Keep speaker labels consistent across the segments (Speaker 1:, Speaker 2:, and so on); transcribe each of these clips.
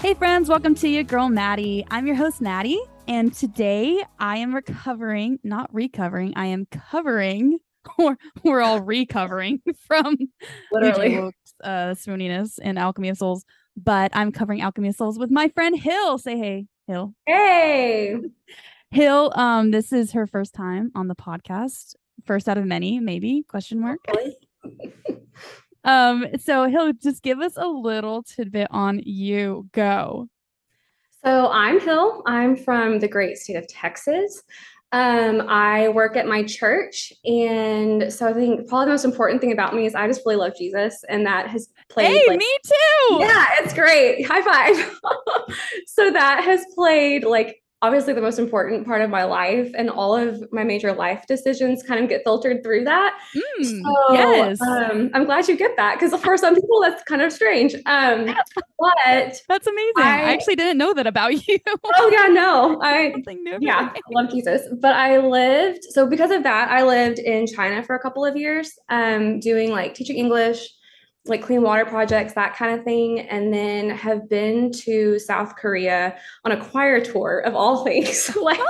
Speaker 1: Hey, friends, welcome to your girl, Maddie. I'm your host, Maddie. And today I am recovering, not recovering, I am covering, or we're all recovering from
Speaker 2: Literally.
Speaker 1: Eugene Wilkes, uh, Swooniness and Alchemy of Souls. But I'm covering Alchemy of Souls with my friend Hill. Say hey, Hill.
Speaker 2: Hey.
Speaker 1: Hill, um, this is her first time on the podcast. First out of many, maybe question mark. Um, so Hill, just give us a little tidbit on you. Go.
Speaker 2: So I'm Hill. I'm from the great state of Texas. Um, I work at my church. And so I think probably the most important thing about me is I just really love Jesus. And that has played
Speaker 1: hey,
Speaker 2: like,
Speaker 1: me too.
Speaker 2: Yeah, it's great. High five. so that has played like obviously the most important part of my life and all of my major life decisions kind of get filtered through that.
Speaker 1: Mm,
Speaker 2: So,
Speaker 1: yes.
Speaker 2: um, I'm glad you get that because for some people that's kind of strange. Um, but
Speaker 1: That's amazing. I,
Speaker 2: I-
Speaker 1: actually didn't know that about you.
Speaker 2: oh yeah, no, I
Speaker 1: Something new. every
Speaker 2: yeah,
Speaker 1: day.
Speaker 2: I love Jesus. But I lived so because of that, I lived in China for a couple of years, um, doing like teaching English, like clean water projects, that kind of thing, and then have been to South Korea on a choir tour of all things, like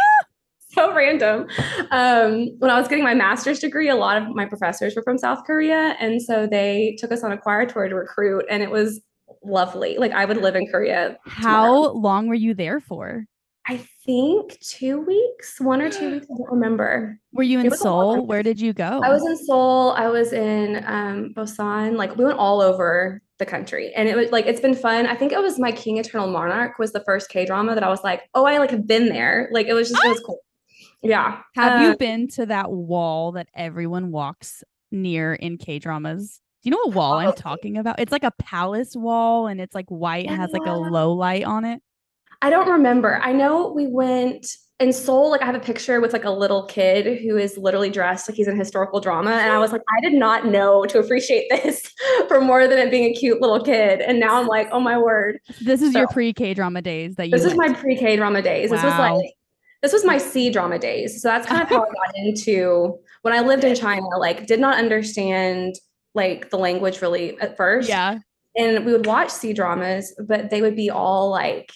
Speaker 2: so random. Um, when I was getting my master's degree, a lot of my professors were from South Korea, and so they took us on a choir tour to recruit, and it was lovely. Like I would live in Korea
Speaker 1: How long were you there for?
Speaker 2: I think two weeks, one or two weeks. I don't remember.
Speaker 1: Were you
Speaker 2: It
Speaker 1: in
Speaker 2: was a long
Speaker 1: Seoul? Where did you go?
Speaker 2: I was in Seoul. I was in um, Busan. Like we went all over the country, and it was like it's been fun. I think it was my King Eternal Monarch was the first K drama that I was like, oh, I like have been there. Like it was just it was cool. Yeah.
Speaker 1: Have you
Speaker 2: Um,
Speaker 1: been to that wall that everyone walks near in K dramas? Do you know what wall I'm
Speaker 2: Probably.
Speaker 1: talking about? It's like a palace wall and it's like white and has like a
Speaker 2: Yeah.
Speaker 1: low light on it.
Speaker 2: I don't remember. I know we went in Seoul. Like I have a picture with like a little kid who is literally dressed like he's in historical drama, and I was like, I did not know to appreciate this for more than it being a cute little kid. And now I'm like, oh my word,
Speaker 1: This is your
Speaker 2: So-
Speaker 1: pre K drama days that you
Speaker 2: this is my
Speaker 1: went.
Speaker 2: pre-K drama days. This was
Speaker 1: Wow.
Speaker 2: like. This was my C drama days. So that's kind of how I got into when I lived in China, like did not understand like the language really at first
Speaker 1: yeah.
Speaker 2: and we would watch C dramas, but they would be all like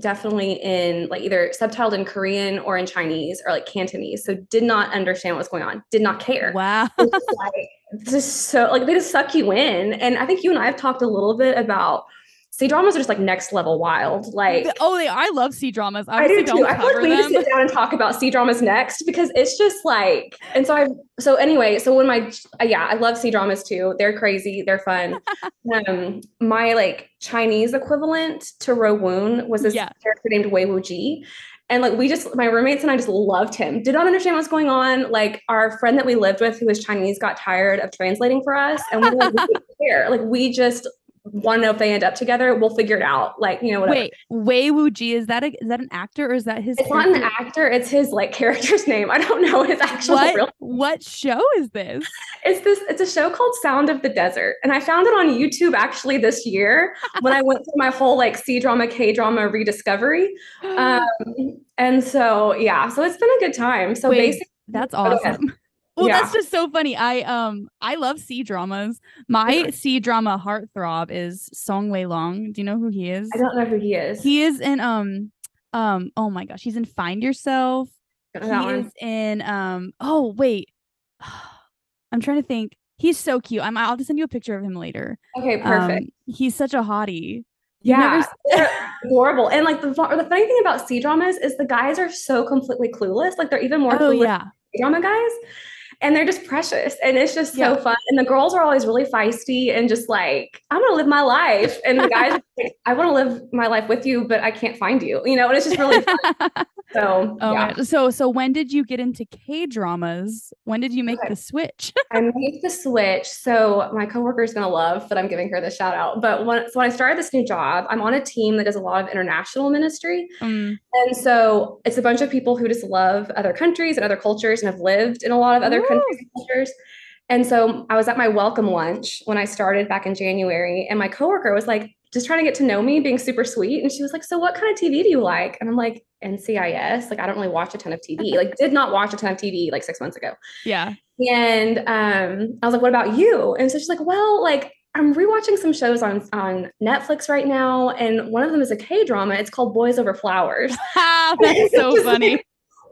Speaker 2: definitely in like either subtitled in Korean or in Chinese or like Cantonese. So did not understand what was going on, did not care.
Speaker 1: Wow.
Speaker 2: It was just like just so like they just suck you in. And I think you and I have talked a little bit about C dramas are just like next level wild. Like
Speaker 1: The- oh, they, I love C dramas. I
Speaker 2: I do
Speaker 1: obviously
Speaker 2: too.
Speaker 1: don't
Speaker 2: I feel like
Speaker 1: cover
Speaker 2: we need to
Speaker 1: them.
Speaker 2: sit down and talk about C dramas next because it's just like, and so I, so anyway, so when my, uh, yeah, I love C dramas too. They're crazy. They're fun. um, my like Chinese equivalent to Ro Woon was this
Speaker 1: Yeah.
Speaker 2: character named Wei Wu Ji. And like we just, my roommates and I just loved him. Did not understand what's going on. Like our friend that we lived with, who was Chinese, got tired of translating for us, and we were like, we didn't care. Like we just want to know if they end up together. We'll figure it out. Like you know, whatever.
Speaker 1: Wait, Wei Wu Ji, is that a, is that an actor or is that his
Speaker 2: It's not an
Speaker 1: character?
Speaker 2: actor. It's his like character's name. I don't know his actual real.
Speaker 1: what, what show is this?
Speaker 2: It's this. It's a show called Sound of the Desert, and I found it on YouTube actually this year when I went through my whole like C drama, K drama rediscovery. Um, and so yeah, so it's been a good time. So
Speaker 1: Wait,
Speaker 2: basically,
Speaker 1: That's
Speaker 2: go ahead.
Speaker 1: awesome. Well,
Speaker 2: Yeah.
Speaker 1: that's just so funny. I um I love C dramas. My C drama heartthrob is Song Wei Long. Do you know who he is?
Speaker 2: I don't know who he is.
Speaker 1: He is in um um oh my gosh, he's in Find Yourself.
Speaker 2: Don't know that
Speaker 1: He
Speaker 2: one.
Speaker 1: is in um oh wait. I'm trying to think. He's so cute. I'm I'll just send you a picture of him later.
Speaker 2: Okay, perfect.
Speaker 1: Um, he's such a hottie. You've never
Speaker 2: yeah,
Speaker 1: s- oh,
Speaker 2: they're adorable. And like the fu- the funny thing about C dramas is the guys are so completely clueless. Like they're even more
Speaker 1: oh
Speaker 2: clueless
Speaker 1: yeah.
Speaker 2: drama guys and they're just precious and it's just so
Speaker 1: Yeah.
Speaker 2: fun and the girls are always really feisty and just like i'm gonna live my life and the guys are like, i want to live my life with you but i can't find you you know and it's just really fun. so
Speaker 1: Oh
Speaker 2: yeah
Speaker 1: my gosh. So so when did you get into K dramas? When did you make
Speaker 2: Okay.
Speaker 1: the switch?
Speaker 2: i made the switch so my coworker is gonna love that i'm giving her the shout out but when, so when i started this new job i'm on a team that does a lot of international ministry
Speaker 1: Mm.
Speaker 2: And so it's a bunch of people who just love other countries and other cultures and have lived in a lot of other countries and cultures. And so I was at my welcome lunch when I started back in January, and my coworker was like, just trying to get to know me, being super sweet. And she was like, So, what kind of TV do you like? And I'm like, NCIS. Like, I don't really watch a ton of TV. Like, did not watch a ton of TV like six months ago.
Speaker 1: Yeah.
Speaker 2: And um, I was like, what about you? And so she's like, well, like, I'm rewatching some shows on on Netflix right now, and one of them is a K drama. It's called Boys Over Flowers.
Speaker 1: Ah, That's so
Speaker 2: Just
Speaker 1: funny.
Speaker 2: like,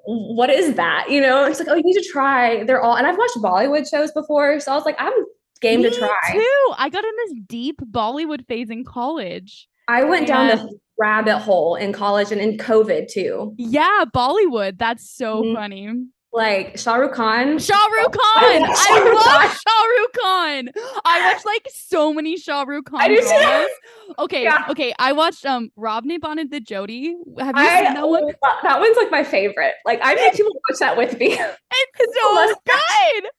Speaker 2: what is that? You know, it's like, oh, you need to try. They're all, and I've watched Bollywood shows before, so I was like, I'm game to
Speaker 1: Me
Speaker 2: try.
Speaker 1: too. I got in this deep Bollywood phase in college.
Speaker 2: I went down
Speaker 1: And-
Speaker 2: the rabbit hole in college and in COVID too.
Speaker 1: Yeah, Bollywood. That's so
Speaker 2: Mhm.
Speaker 1: funny.
Speaker 2: Like Shah Rukh Khan.
Speaker 1: Shah Rukh
Speaker 2: I
Speaker 1: Khan.
Speaker 2: love Shah
Speaker 1: I
Speaker 2: Rukh
Speaker 1: love Shah Rukh Khan. I watched like so many Shah Rukh Khan.
Speaker 2: I do
Speaker 1: dramas.
Speaker 2: too.
Speaker 1: Okay,
Speaker 2: Yeah.
Speaker 1: okay. I watched um Rob Bond and the Jody. Have you
Speaker 2: I
Speaker 1: seen that one?
Speaker 2: love- that one's like my favorite. Like I made people watch that with me.
Speaker 1: It's so
Speaker 2: less-
Speaker 1: good.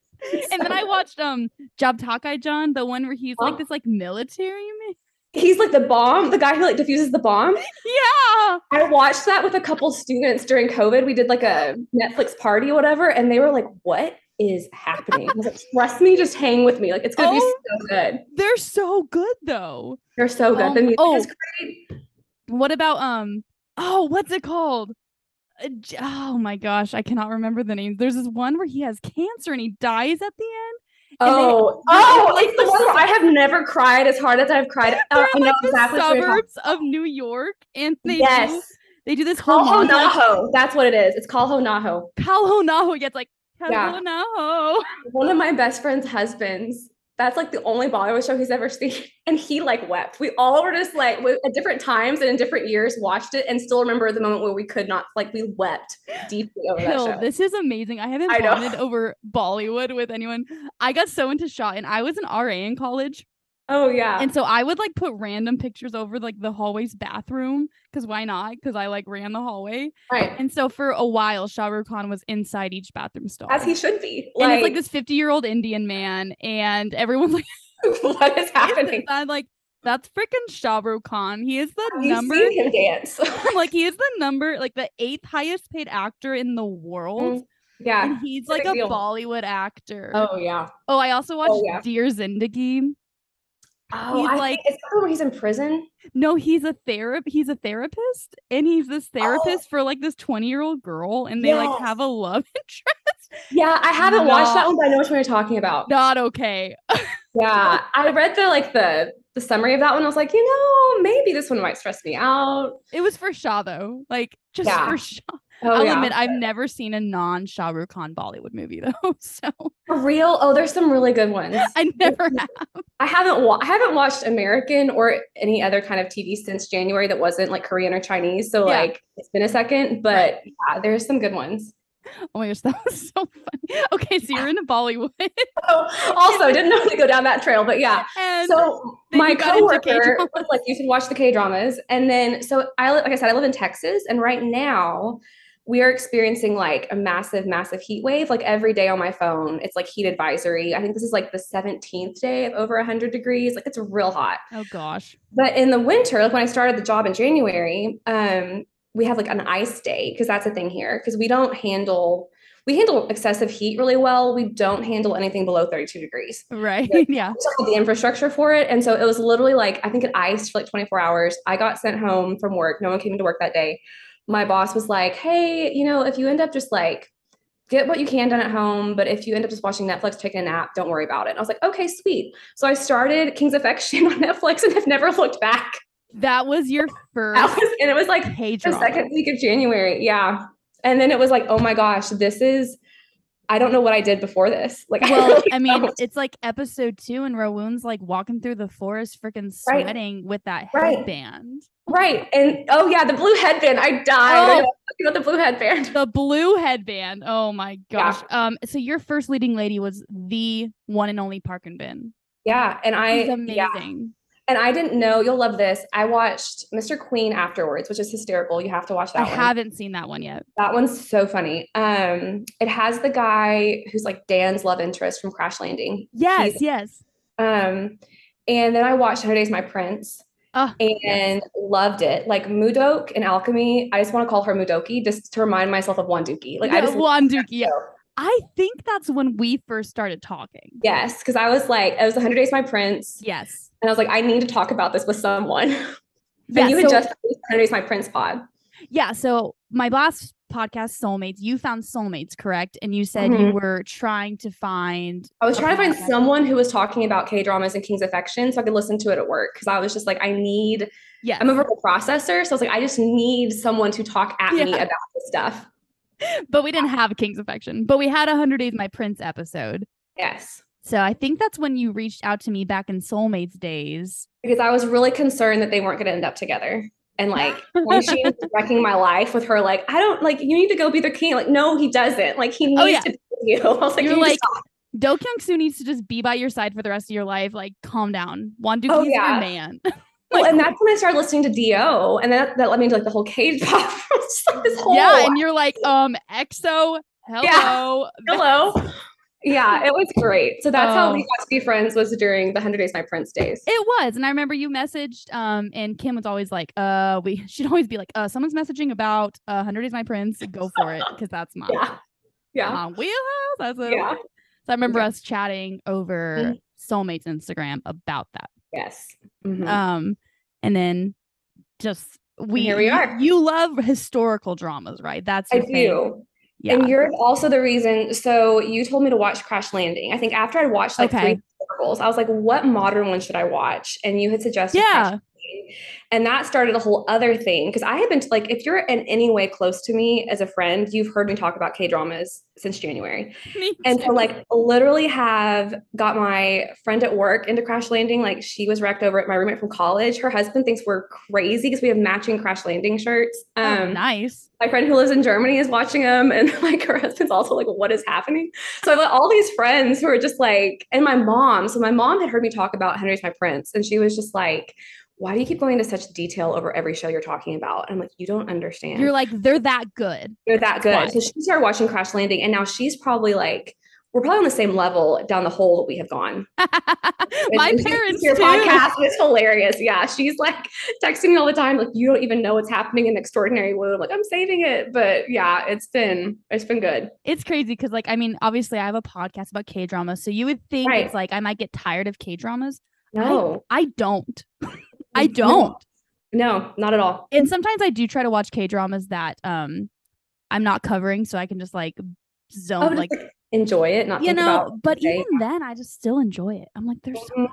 Speaker 1: And then
Speaker 2: So- Oh.
Speaker 1: I watched um Job Takai John, the one where he's like
Speaker 2: Huh?
Speaker 1: this like military man.
Speaker 2: he's like the bomb, the guy who like diffuses the bomb.
Speaker 1: Yeah.
Speaker 2: I watched that with a couple students during COVID. We did like a Netflix party or whatever, and they were like, "What is happening?" I was like, "Trust me, just hang with me. Like it's gonna
Speaker 1: Oh.
Speaker 2: be so good.
Speaker 1: They're so good though.
Speaker 2: They're so good.
Speaker 1: Oh
Speaker 2: the
Speaker 1: my-
Speaker 2: music
Speaker 1: oh.
Speaker 2: is great.
Speaker 1: What about um oh what's it called? Uh, J- Oh my gosh, I cannot remember the name. There's this one where he has cancer and he dies at the end. And they-
Speaker 2: Oh,
Speaker 1: they're in,
Speaker 2: oh,
Speaker 1: like,
Speaker 2: it's the
Speaker 1: the
Speaker 2: one where I have never cried as hard as I've cried.
Speaker 1: They're
Speaker 2: Uh, I
Speaker 1: in
Speaker 2: know
Speaker 1: like the
Speaker 2: exactly what you're talking-
Speaker 1: suburbs of New York, and they do,
Speaker 2: Yes,
Speaker 1: they do this whole
Speaker 2: Kalho
Speaker 1: montage.
Speaker 2: Naho. That's what it is. It's Kalho Naho.
Speaker 1: Kalhonaho gets like
Speaker 2: Yeah.
Speaker 1: Kalhonaho.
Speaker 2: One of my best friend's husbands. That's like the only Bollywood show he's ever seen, and he like wept. We all were just like we- at different times and in different years watched it, and still remember the moment where we could not like we wept deeply over that
Speaker 1: Hill,
Speaker 2: show.
Speaker 1: this is amazing. I haven't
Speaker 2: I know.
Speaker 1: bonded over Bollywood with anyone. I got so into shot, and I was an RA in college,
Speaker 2: oh yeah,
Speaker 1: and so I would like put random pictures over like the hallway's bathroom because why not? Because I like ran the hallway,
Speaker 2: right,
Speaker 1: and so for a while, Shah Rukh Khan was inside each bathroom stall.
Speaker 2: as he should be.
Speaker 1: and it's
Speaker 2: Like,
Speaker 1: like this 50 year old Indian man, and everyone's like,
Speaker 2: what is happening?
Speaker 1: I'm like, that's freaking Shah Rukh Khan. He is the
Speaker 2: Have you
Speaker 1: number,
Speaker 2: seen him dance?
Speaker 1: like, he is the number, like, the eighth highest paid actor in the world.
Speaker 2: Mm, yeah.
Speaker 1: and he's
Speaker 2: a
Speaker 1: like
Speaker 2: big
Speaker 1: a
Speaker 2: deal.
Speaker 1: Bollywood actor. Oh,
Speaker 2: Oh yeah.
Speaker 1: I also watched
Speaker 2: yeah.
Speaker 1: Dear Zindagi.
Speaker 2: Oh,
Speaker 1: He's
Speaker 2: I
Speaker 1: like-
Speaker 2: think, is that the one where he's in prison?
Speaker 1: No, he's a therapist. He's a therapist, and he's this
Speaker 2: Oh.
Speaker 1: therapist for like this twenty-year-old girl, and they like have a love interest.
Speaker 2: Yeah, I haven't watched that
Speaker 1: No.
Speaker 2: one, but I know which one you're talking about.
Speaker 1: Not okay.
Speaker 2: Yeah, I read the like the the summary of that one. I was like, you know, maybe this one might stress me out.
Speaker 1: It was for Shah though, like just
Speaker 2: Yeah.
Speaker 1: for Shah.
Speaker 2: Oh
Speaker 1: I'll
Speaker 2: yeah,
Speaker 1: admit, I've never seen a non-Shah Rukh Khan Bollywood movie though, so
Speaker 2: for real. Oh, there's some really good ones.
Speaker 1: I never have.
Speaker 2: I haven't wa- I haven't watched American or any other kind of TV since January that wasn't like Korean or Chinese. So
Speaker 1: Yeah.
Speaker 2: like it's been a second, but yeah, there's some good ones.
Speaker 1: Oh my gosh, that was so funny. Okay, so you're into Bollywood,
Speaker 2: Oh, also, didn't know to go down that trail, but yeah.
Speaker 1: and
Speaker 2: so
Speaker 1: then
Speaker 2: my
Speaker 1: you got into
Speaker 2: coworker
Speaker 1: K-dramas.
Speaker 2: was like, "You should watch the K dramas." And then, so I, li- like I said, I live in Texas, and right now we are experiencing like a massive, massive heat wave. Like every day on my phone, it's like heat advisory. I think this is like the seventeenth day of over hundred degrees. Like it's real hot.
Speaker 1: oh gosh,
Speaker 2: But in the winter, like when I started the job in January, um, we have like an ice day because that's a thing here because we don't handle. We handle excessive heat really well. We don't handle anything below 32 degrees
Speaker 1: right? Yeah,
Speaker 2: just had the infrastructure for it. And so it was literally like, I think it iced for like 24 hours. I got sent home from work. No one came into work that day. My boss was like, hey, you know, if you end up just like, get what you can done at home. But if you end up just watching Netflix, taking a nap, don't worry about it. And I was like, okay, sweet. So I started King's Affection on Netflix and have never looked back.
Speaker 1: that was your
Speaker 2: That
Speaker 1: first
Speaker 2: was, and it was like the
Speaker 1: K-drama.
Speaker 2: second week of January. Yeah. And then it was like, oh my gosh, this is, I don't know what I did before this. Like, I
Speaker 1: Well,
Speaker 2: really
Speaker 1: I mean,
Speaker 2: don't.
Speaker 1: it's like episode two, and Rowoon's like walking through the forest, freaking
Speaker 2: Right.
Speaker 1: sweating with that
Speaker 2: Right.
Speaker 1: headband.
Speaker 2: Right. And oh yeah, the blue headband. I died. I
Speaker 1: Oh.
Speaker 2: know talking about the blue headband.
Speaker 1: The blue headband. Oh my
Speaker 2: Yeah.
Speaker 1: gosh. Um, so your first leading lady was the one and only Park and Bin.
Speaker 2: Yeah. And I
Speaker 1: She's
Speaker 2: yeah.
Speaker 1: amazing.
Speaker 2: And I didn't know, you'll love this. I watched Mr. Queen afterwards, which is hysterical. You have to watch that
Speaker 1: I
Speaker 2: one.
Speaker 1: haven't seen that one yet.
Speaker 2: that one's so funny. Um, it has the guy who's like Dan's love interest from Crash Landing.
Speaker 1: Yes, yes.
Speaker 2: Um, and then I watched 100 Days My Prince
Speaker 1: Oh,
Speaker 2: and loved it. Like Mudok and Alchemy. I just want to call her Mudoki just to remind myself of Wanduki. Like I
Speaker 1: Yeah,
Speaker 2: just
Speaker 1: Wanduki. Yeah.
Speaker 2: show.
Speaker 1: I think that's when we first started talking.
Speaker 2: yes, because I was like, it was 100 Days My Prince.
Speaker 1: Yes.
Speaker 2: And I was like, I need to talk about this with someone. and
Speaker 1: Yeah,
Speaker 2: you had
Speaker 1: so-
Speaker 2: just released 100 Days My Prince pod.
Speaker 1: Yeah. So my last podcast, soulmates, you found soulmates, correct? And you said you
Speaker 2: Mhm.
Speaker 1: were trying to find.
Speaker 2: I was trying to find
Speaker 1: Okay.
Speaker 2: someone who was talking about K dramas and King's Affection so I could listen to it at work because I was just like, I need,
Speaker 1: Yeah.
Speaker 2: I'm a verbal processor. So I was like, I just need someone to talk at me
Speaker 1: Yeah.
Speaker 2: about this stuff.
Speaker 1: but we didn't have King's Affection, but we had a Hundred Days My Prince episode.
Speaker 2: Yes.
Speaker 1: So I think that's when you reached out to me back in Soulmates days.
Speaker 2: Because I was really concerned that they weren't going to end up together. And like, when she was wrecking my life with her, like, I don't like, you need to go be the king. Like, no, he doesn't. Like, he needs
Speaker 1: Oh, yeah.
Speaker 2: to be with you. I was like,
Speaker 1: You're
Speaker 2: you
Speaker 1: like,
Speaker 2: like,
Speaker 1: Do Kyung Soo needs to just be by your side for the rest of your life. Like, calm down. Wandu,
Speaker 2: Oh,
Speaker 1: he's
Speaker 2: yeah.
Speaker 1: your man.
Speaker 2: well, and that's when I started listening to Do, and that, that led me into like the whole K pop. I was just like, this whole
Speaker 1: yeah. And you're like, um, EXO, hello.
Speaker 2: Hello. Yeah, it was great. So that's how we
Speaker 1: Oh.
Speaker 2: got to be friends was during the 100 Days My Prince days.
Speaker 1: It was, and I remember you messaged, um, and Kim was always like, "Uh, we." She'd always be like, "Uh, someone's messaging about uh, hundred days my prince. Go for it, because that's my,
Speaker 2: yeah. Yeah.
Speaker 1: my wheelhouse." That's what it
Speaker 2: Yeah.
Speaker 1: was. So I remember
Speaker 2: Yeah. Mm-hmm.
Speaker 1: us chatting over Soulmates Instagram about that.
Speaker 2: Yes. Mhm.
Speaker 1: Um, and then just we
Speaker 2: here we
Speaker 1: you-
Speaker 2: are.
Speaker 1: You, love historical dramas, right? That's
Speaker 2: I
Speaker 1: your thing.
Speaker 2: do.
Speaker 1: Yeah.
Speaker 2: And you're also the reason. So you told me to watch Crash Landing. I think after I watched like
Speaker 1: Okay.
Speaker 2: three circles, I was like, what modern one should I watch? And you had suggested Crash
Speaker 1: yeah.
Speaker 2: Landing. And that started a whole other thing. Cause I have been like, if you're in any way close to me as a friend, you've heard me talk about K dramas since January.
Speaker 1: Me
Speaker 2: and
Speaker 1: too.
Speaker 2: so like literally have got my friend at work into crash landing like she was wrecked over it my roommate from college her husband thinks we're crazy because we have matching crash landing shirts
Speaker 1: Oh,
Speaker 2: um
Speaker 1: nice.
Speaker 2: my friend who lives in germany is watching them and like her husband's also like what is happening so i've got all these friends who are just like and my mom so my mom had heard me talk about henry's my prince and she was just like why do you keep going into such detail over every show you're talking about? And I'm like, you don't understand
Speaker 1: You're like they're that good.
Speaker 2: they're that good.
Speaker 1: Why?
Speaker 2: So she started watching Crash Landing, and now she's probably like, we're probably on the same level down the hole that we have gone.
Speaker 1: My
Speaker 2: And she listens to
Speaker 1: parents
Speaker 2: your
Speaker 1: too.
Speaker 2: podcast, and it's hilarious. Yeah, she's like texting me all the time, like you don't even know what's happening in Extraordinary Woo. I'm like I'm saving it, but yeah, it's been it's been good.
Speaker 1: it's crazy because like i mean obviously i have a podcast about k dramas so you would think
Speaker 2: Right.
Speaker 1: it's like i might get tired of k dramas
Speaker 2: No,
Speaker 1: i don't i
Speaker 2: No.
Speaker 1: don't
Speaker 2: no, not at all.
Speaker 1: and sometimes i do try to watch k dramas that um i'm not covering so i can just
Speaker 2: Oh,
Speaker 1: like
Speaker 2: I
Speaker 1: zone
Speaker 2: would
Speaker 1: like
Speaker 2: just, like, enjoy it, not
Speaker 1: you
Speaker 2: think
Speaker 1: know
Speaker 2: about
Speaker 1: but
Speaker 2: okay.
Speaker 1: even then i just still enjoy it i'm like there's so
Speaker 2: Mhm.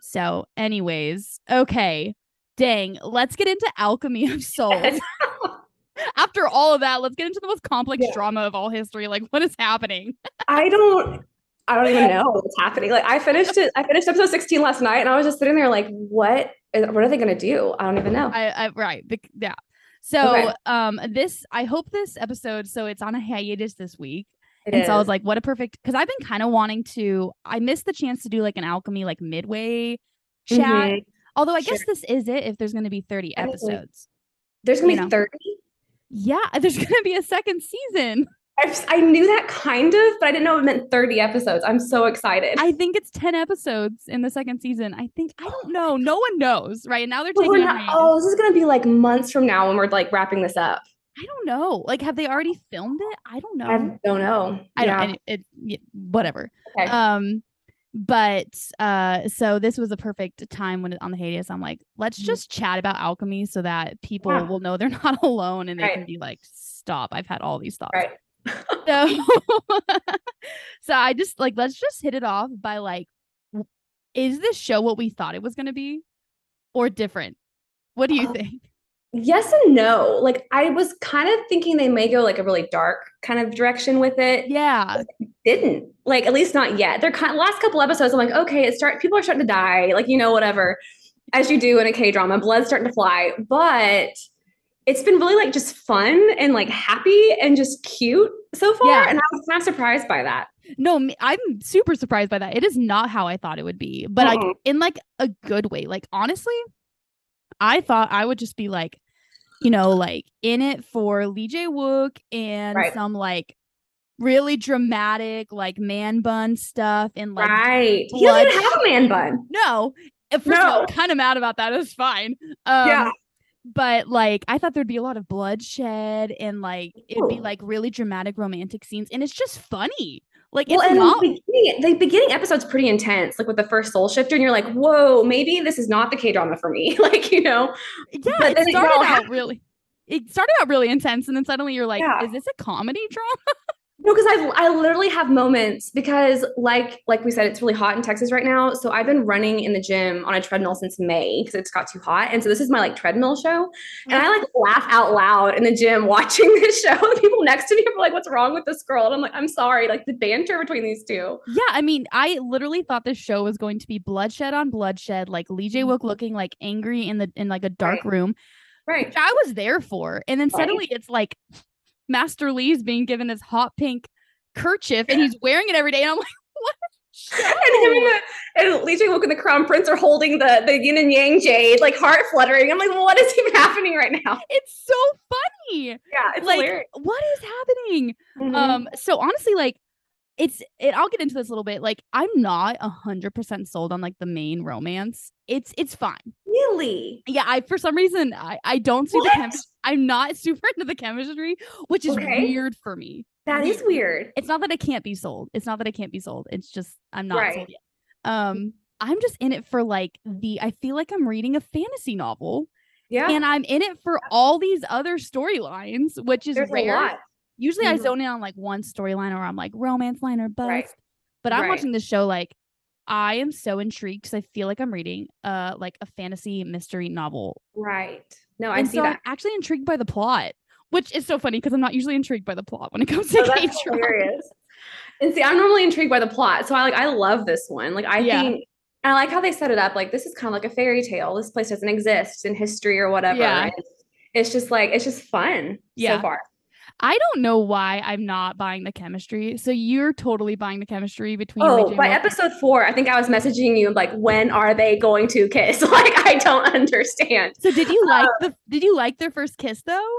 Speaker 1: so anyways okay dang let's get into alchemy of souls after all of that let's get into the most complex
Speaker 2: Yeah.
Speaker 1: drama of all history like what is happening
Speaker 2: I don't I don't even know what's happening. Like I finished it, I finished episode 16 last night and I was just sitting there like, what is, what are they gonna do? I don't even know.
Speaker 1: I, I right. The, yeah. So
Speaker 2: Okay.
Speaker 1: um this I hope this episode so it's on a hiatus this week.
Speaker 2: It
Speaker 1: and so I was
Speaker 2: is.
Speaker 1: like what a perfect cuz I've been kind of wanting to I missed the chance to do like an alchemy like midway chat.
Speaker 2: Mhm.
Speaker 1: Although I
Speaker 2: Sure.
Speaker 1: guess this is it if there's going to be 30
Speaker 2: I think we-
Speaker 1: episodes.
Speaker 2: there's gonna
Speaker 1: you
Speaker 2: be
Speaker 1: know.
Speaker 2: 30.
Speaker 1: Yeah, there's going to be a second season.
Speaker 2: I, just- I knew that kind of, but I didn't know it meant 30 episodes. I'm so excited.
Speaker 1: I think it's 10 episodes in the second season. I think I
Speaker 2: Oh
Speaker 1: don't know. No one knows, right? And now they're
Speaker 2: But we're
Speaker 1: taking a
Speaker 2: not-
Speaker 1: hiatus.
Speaker 2: oh, this is gonna be like months from now when we're like wrapping this up.
Speaker 1: I don't know. Like have they already filmed it? I don't know.
Speaker 2: I don't know.
Speaker 1: I
Speaker 2: yeah.
Speaker 1: don't and it, it whatever.
Speaker 2: Okay.
Speaker 1: um but uh so this was a perfect time when it- on the hiatus i'm like let's
Speaker 2: Mhm.
Speaker 1: just chat about alchemy so that people
Speaker 2: Yeah.
Speaker 1: will know they're not alone and they
Speaker 2: Right.
Speaker 1: can be like stop i've had all these thoughts
Speaker 2: Right.
Speaker 1: so so i just like let's just hit it off by like w- is this show what we thought it was going to be or different what do you
Speaker 2: Um,
Speaker 1: think
Speaker 2: Yes and no. Like I was kind of thinking they may go like a really dark kind of direction with it.
Speaker 1: yeah
Speaker 2: didn't like at least not yet they're kind last couple episodes i'm like okay it start people are starting to die like you know whatever as you do in a k drama blood's starting to fly but it's been really like just fun and like happy and just cute so far
Speaker 1: Yeah.
Speaker 2: and i was kind of surprised by that
Speaker 1: no me- i'm super surprised by that it is not how i thought it would be but i
Speaker 2: Mm-mm.
Speaker 1: in like a good way. Like honestly, I thought I would just be like, you know, like in it for Lee Jae Wook and
Speaker 2: Right.
Speaker 1: some like really dramatic like man bun stuff and like
Speaker 2: right he doesn't
Speaker 1: blood-
Speaker 2: even have a man bun
Speaker 1: no. At first, of all,
Speaker 2: No.
Speaker 1: I'm kind of mad about that. It was fine. Um,
Speaker 2: Yeah.
Speaker 1: But like, I thought there'd be a lot of bloodshed and like it'd be
Speaker 2: No.
Speaker 1: like really dramatic romantic scenes, and it's just funny. Like
Speaker 2: well
Speaker 1: it's
Speaker 2: and
Speaker 1: not
Speaker 2: the beginning, the beginning episode's pretty intense like with the first soul shifter and you're like whoa maybe this is not the k drama for me like you know
Speaker 1: Yeah,
Speaker 2: But
Speaker 1: it
Speaker 2: then it
Speaker 1: started
Speaker 2: got all
Speaker 1: out
Speaker 2: happy.
Speaker 1: really. it started out really intense and then suddenly you're like,
Speaker 2: Yeah.
Speaker 1: is this a comedy drama?
Speaker 2: No, because I've I literally have moments because like like we said, it's really hot in Texas right now. So I've been running in the gym on a treadmill since May because it's got too hot. And so this is my like treadmill show. And I like laugh out loud in the gym watching this show. The people next to me are like, what's wrong with this girl? And I'm like, I'm sorry. Like the banter between these two.
Speaker 1: Yeah, I mean, I literally thought this show was going to be bloodshed on bloodshed, like Lee J. Wook looking like angry in the in like a dark room,
Speaker 2: Mm-hmm. Right.
Speaker 1: which I was there for. And then
Speaker 2: Right.
Speaker 1: suddenly it's like Master Lee's being given this hot pink kerchief and he's wearing it every day. And I'm like, what? a show.
Speaker 2: And him and, the, and Lee Jae Wook and the Crown Prince are holding the the yin and yang jade, like heart fluttering. I'm like, what is even happening right now? um,
Speaker 1: It's so funny.
Speaker 2: Yeah, it's
Speaker 1: like,
Speaker 2: hilarious.
Speaker 1: what is happening?
Speaker 2: Mhm.
Speaker 1: Um, so honestly, like it's it I'll get into this a little bit. Like, I'm not a hundred percent sold on like the main romance. It's it's fine.
Speaker 2: really?
Speaker 1: Yeah, I for some reason I, I don't see the
Speaker 2: What?
Speaker 1: chemistry. I'm not super into the chemistry, which is
Speaker 2: Okay.
Speaker 1: weird for me.
Speaker 2: That is weird.
Speaker 1: It's not that I can't be sold. It's not that I can't be sold. It's just I'm not
Speaker 2: Right.
Speaker 1: sold yet. Um I'm just in it for like the I feel like I'm reading a fantasy novel
Speaker 2: Yeah.
Speaker 1: and I'm in it for all these other storylines, which is
Speaker 2: There's
Speaker 1: rare.
Speaker 2: a lot.
Speaker 1: Usually I
Speaker 2: Mhm.
Speaker 1: zone in on like one storyline or I'm like romance line or bust.
Speaker 2: Right.
Speaker 1: But I'm
Speaker 2: Right.
Speaker 1: watching this show like I am so intrigued because I feel like I'm reading uh like a fantasy mystery novel.
Speaker 2: Right. No, I
Speaker 1: and
Speaker 2: see
Speaker 1: so
Speaker 2: that.
Speaker 1: I'm actually intrigued by the plot, which is so funny because I'm not usually intrigued by the plot when it comes to
Speaker 2: So
Speaker 1: K
Speaker 2: that's hilarious. And see, I'm normally intrigued by the plot. So I like I love this one. Like I
Speaker 1: Yeah.
Speaker 2: think and I like how they set it up. Like this is kind of like a fairy tale. This place doesn't exist in history or whatever.
Speaker 1: Yeah.
Speaker 2: And It's just like it's just fun
Speaker 1: Yeah.
Speaker 2: so far.
Speaker 1: I don't know why I'm not buying the chemistry. So you're totally buying the chemistry between Lee
Speaker 2: Oh,
Speaker 1: J.
Speaker 2: by
Speaker 1: Wook-
Speaker 2: episode four, I think I was messaging you like, when are they going to kiss? Like I don't understand.
Speaker 1: So did you like the did you like their first kiss though?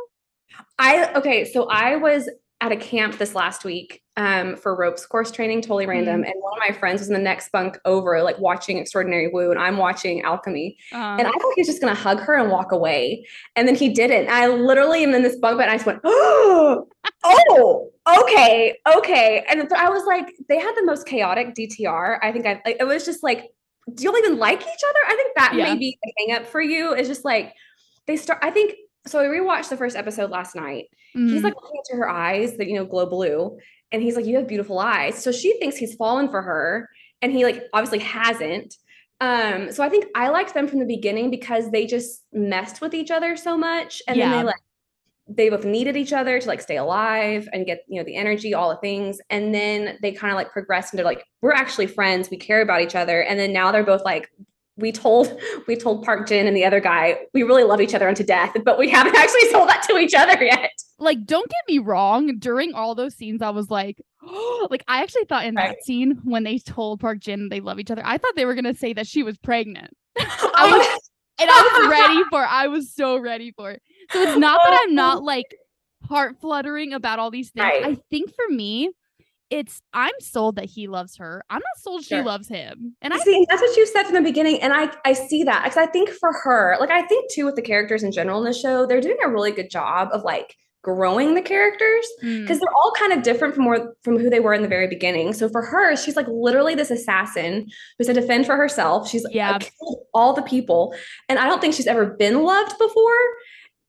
Speaker 2: I okay, so I was at a camp this last week um, for ropes course training, totally random. And one of my friends was in the next bunk over, like watching Extraordinary Woo, and I'm watching Alchemy.
Speaker 1: Um,
Speaker 2: And I thought he was just gonna hug her and walk away. And then he didn't. I literally am in this bunk bed and I just went, oh, oh, okay, okay. And so I was like, they had the most chaotic DTR. I think I like, it was just like, do y'all even like each other? I think that
Speaker 1: Yeah.
Speaker 2: may be the hang up for you. It's just like they start I think so I rewatched the first episode last night. He's
Speaker 1: mhm.
Speaker 2: like looking into her eyes that you know glow blue, and he's like, "You have beautiful eyes." So she thinks he's fallen for her, and he like obviously hasn't. Um, so I think I liked them from the beginning because they just messed with each other so much, and then
Speaker 1: Yeah.
Speaker 2: they like they both needed each other to like stay alive and get you know the energy, all the things, and then they kind of like progressed into like we're actually friends, we care about each other, and then now they're both like. We told we told Park Jin and the other guy we really love each other unto death, but we haven't actually told that to each other yet.
Speaker 1: like don't get me wrong during all those scenes i was like like i actually thought in that
Speaker 2: Right.
Speaker 1: scene when they told park jin they love each other i thought they were going to say that she was pregnant
Speaker 2: Oh,
Speaker 1: was- and i was ready for i was so ready for it so it's not that i'm not like heart fluttering about all these things
Speaker 2: Right.
Speaker 1: i think for me it's i'm sold that he loves her i'm not sold she
Speaker 2: Sure.
Speaker 1: loves him and i
Speaker 2: see, and that's what you said from the beginning, and I I see that because I think for her, like I think too with the characters in general in the show, they're doing a really good job of like growing the characters
Speaker 1: Mm,
Speaker 2: because they're all kind of different from where from who they were in the very beginning. So for her, she's like literally this assassin who's to defend for herself. She's uh,
Speaker 1: Yeah.
Speaker 2: killed all the people, and I don't think she's ever been loved before.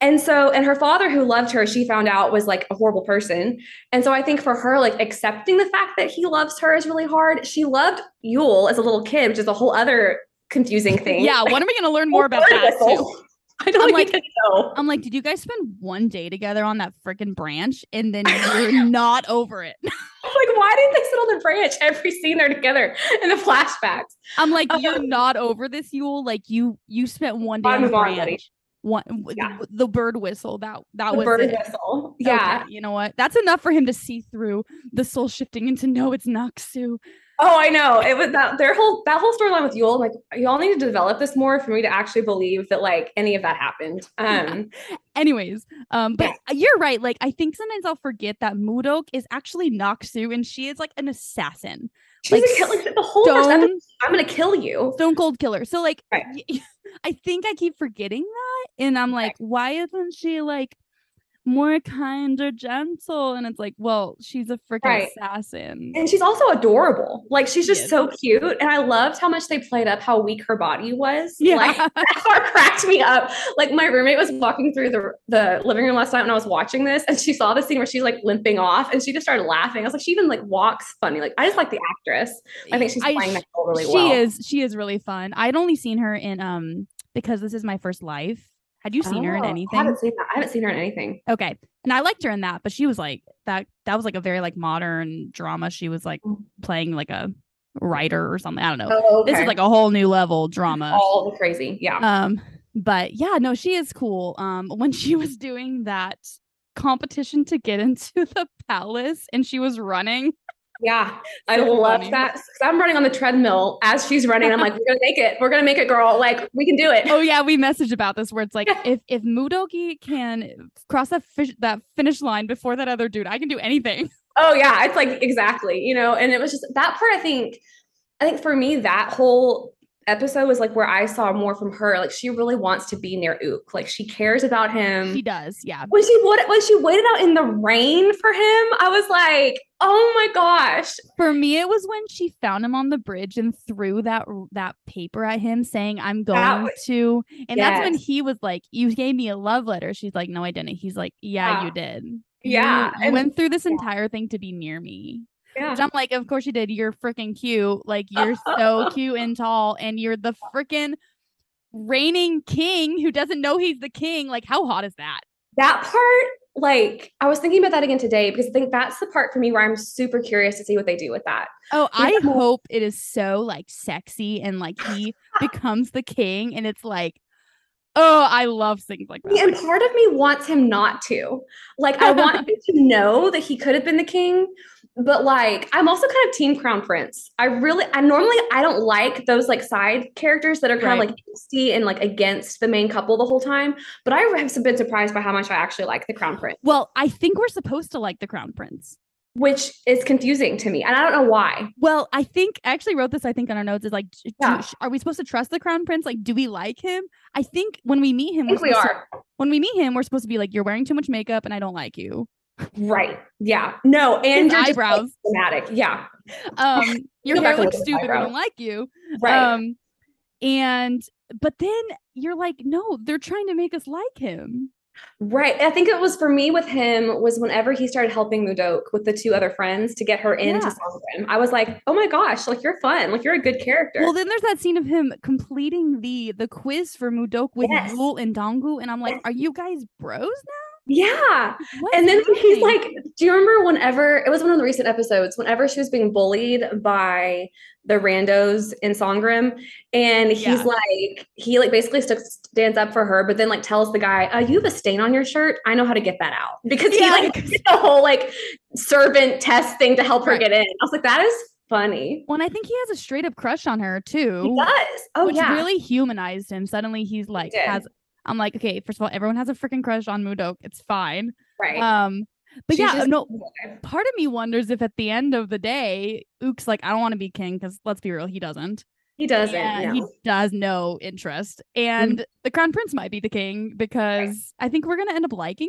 Speaker 2: And so, and her father, who loved her, she found out was like a horrible person. And so, I think for her, like accepting the fact that he loves her is really hard. She loved Yule as a little kid, which is a whole other confusing thing. Oh,
Speaker 1: yeah when are we going to learn more about that too?
Speaker 2: I don't
Speaker 1: I'm
Speaker 2: like,
Speaker 1: like-
Speaker 2: know.
Speaker 1: i'm like did you guys spend one day together on that freaking branch and then you're not over it
Speaker 2: Like, why didn't they sit on the branch every scene they're together in the flashbacks?
Speaker 1: I'm like,
Speaker 2: Um,
Speaker 1: you're not over this, Yule. Like you, you spent one day
Speaker 2: I
Speaker 1: on the
Speaker 2: move on, buddy.
Speaker 1: branch. One, w-
Speaker 2: Yeah.
Speaker 1: w- the bird whistle. That that
Speaker 2: the
Speaker 1: was
Speaker 2: bird
Speaker 1: it.
Speaker 2: whistle.
Speaker 1: Okay,
Speaker 2: Yeah.
Speaker 1: you know what? That's enough for him to see through the soul shifting and to know it's Naksu.
Speaker 2: Oh, I know. It was that their whole that whole storyline with Yule. Like, y'all need to develop this more for me to actually believe that like any of that happened. Um,
Speaker 1: Anyways, um, but
Speaker 2: Yeah.
Speaker 1: you're right. Like I think sometimes I'll forget that Mudok is actually Naksu, and she is like an assassin,
Speaker 2: she's
Speaker 1: Like,
Speaker 2: a kill- like, the whole first episode,
Speaker 1: stone
Speaker 2: I'm gonna kill you.
Speaker 1: stone cold killer. So like,
Speaker 2: Right.
Speaker 1: y- I think I keep forgetting that, and I'm like, why isn't she like? more kind or gentle. And it's like, well, she's a freaking
Speaker 2: Right.
Speaker 1: assassin.
Speaker 2: And she's also adorable. Like she's just
Speaker 1: Yes.
Speaker 2: so cute. And I loved how much they played up how weak her body was.
Speaker 1: Yeah.
Speaker 2: Like that part cracked me up. Like my roommate was walking through the the living room last night when I was watching this and she saw the scene where she's like limping off and she just started laughing. I was like, she even like walks funny. Like I just like the actress. I think she's playing that role really
Speaker 1: she
Speaker 2: well.
Speaker 1: is she is really fun. I'd only seen her in um because this is my first life. Had you seen her in
Speaker 2: Oh, I
Speaker 1: anything?
Speaker 2: haven't seen that. I haven't seen her in anything.
Speaker 1: Okay. And I liked her in that, but she was like that that was like a very like modern drama. She was like
Speaker 2: Mhm.
Speaker 1: playing like a writer or something. I don't know.
Speaker 2: Oh,
Speaker 1: This is like a whole new level drama.
Speaker 2: all the crazy. Yeah.
Speaker 1: Um but yeah, no, she is cool. Um when she was doing that competition to get into the palace and she was running.
Speaker 2: Yeah, I
Speaker 1: So
Speaker 2: love
Speaker 1: funny.
Speaker 2: that. 'Cause I'm running on the treadmill as she's running. I'm like, we're gonna make it. We're gonna make it, girl. Like, we can do it.
Speaker 1: oh yeah, we messaged about this where it's like
Speaker 2: Yeah.
Speaker 1: if if Mudoki can cross that fish, that finish line before that other dude, I can do anything.
Speaker 2: Oh yeah, it's like exactly, you know. And it was just that part. I think, I think for me, that whole episode was like where I saw more from her. Like, she really wants to be near Ook. Like, she cares about him.
Speaker 1: She does, yeah.
Speaker 2: when she wa- when she waited out in the rain for him, I was like, oh my gosh.
Speaker 1: For me, it was when she found him on the bridge and threw that r- that paper at him, saying, "I'm going
Speaker 2: That
Speaker 1: to," and that's when
Speaker 2: Yes.
Speaker 1: he was like, "You gave me a love letter." She's like, "No, I didn't." He's like, "Yeah, you
Speaker 2: Yeah.
Speaker 1: did." You-
Speaker 2: Yeah,
Speaker 1: you
Speaker 2: and-
Speaker 1: went through this
Speaker 2: yeah.
Speaker 1: entire thing to be near me.
Speaker 2: Yeah.
Speaker 1: Which I'm like, of course you did. You're freaking cute. Like you're so cute and tall, and you're the freaking reigning king who doesn't know he's the king. Like, how hot is that?
Speaker 2: that part like i was thinking about that again today because i think that's the part for me where i'm super curious to see what they do with that
Speaker 1: Oh, I
Speaker 2: Yeah.
Speaker 1: hope it is so like sexy and like he becomes the king, and it's like, oh, I love things like that.
Speaker 2: and part of me wants him not to like i want him to know that he could have been the king but like i'm also kind of team crown prince i really i normally i don't like those like side characters that are kind
Speaker 1: Right.
Speaker 2: of like angsty and like against the main couple the whole time but i have been surprised by how much i actually like the crown prince
Speaker 1: Well, I think we're supposed to like the crown prince.
Speaker 2: which is confusing to me and i don't know why
Speaker 1: Well, I think I actually wrote this. I think on our notes is like, d- do-
Speaker 2: Yeah.
Speaker 1: sh- are we supposed to trust the crown prince? Like, do we like him? I think when we meet him,
Speaker 2: i
Speaker 1: we're
Speaker 2: think we
Speaker 1: supposed to-
Speaker 2: are
Speaker 1: when we meet him, we're supposed to be like, "You're wearing too much makeup, and I don't like you."
Speaker 2: Right. Yeah. No. And
Speaker 1: His
Speaker 2: you're just, like,
Speaker 1: eyebrows.
Speaker 2: dramatic. Yeah.
Speaker 1: Um, your
Speaker 2: Go back
Speaker 1: hair
Speaker 2: and look
Speaker 1: looks
Speaker 2: at his
Speaker 1: stupid. I don't
Speaker 2: eyebrows.
Speaker 1: like you.
Speaker 2: Right.
Speaker 1: Um, and but then you're like, no, they're trying to make us like him.
Speaker 2: right. I think it was for me with him was whenever he started helping Mudok with the two other friends to get her into
Speaker 1: Yeah.
Speaker 2: Songrim. I was like, oh my gosh, like you're fun. Like you're a good character.
Speaker 1: Well, then there's that scene of him completing the the quiz for Mudok with
Speaker 2: Yes.
Speaker 1: Yul and Dongu, and I'm like,
Speaker 2: Yes.
Speaker 1: are you guys bros now?
Speaker 2: yeah.
Speaker 1: What
Speaker 2: And
Speaker 1: is
Speaker 2: then he's
Speaker 1: happening?"
Speaker 2: like, do you remember whenever it was one of the recent episodes, whenever she was being bullied by the randos in Songrim, and he's
Speaker 1: Yeah.
Speaker 2: like, he like basically st- stands up for her, but then like tells the guy, uh, you have a stain on your shirt. I know how to get that out because
Speaker 1: Yeah,
Speaker 2: he like did the whole like servant test thing to help her
Speaker 1: Right.
Speaker 2: get in. I was like, that is funny.
Speaker 1: well, and I think he has a straight up crush on her too.
Speaker 2: He does. Oh
Speaker 1: which
Speaker 2: yeah.
Speaker 1: really humanized him. Suddenly he's like
Speaker 2: did.
Speaker 1: has I'm like, okay, first of all, everyone has a freaking crush on Mudok. It's fine.
Speaker 2: right.
Speaker 1: Um but
Speaker 2: She's
Speaker 1: yeah,
Speaker 2: just-
Speaker 1: no part of me wonders if at the end of the day, Ook's like, I don't want to be king because let's be real, he doesn't.
Speaker 2: he doesn't.
Speaker 1: Yeah,
Speaker 2: no. Mm-hmm.
Speaker 1: He does no interest. And the crown prince might be the king because I think we're gonna end up liking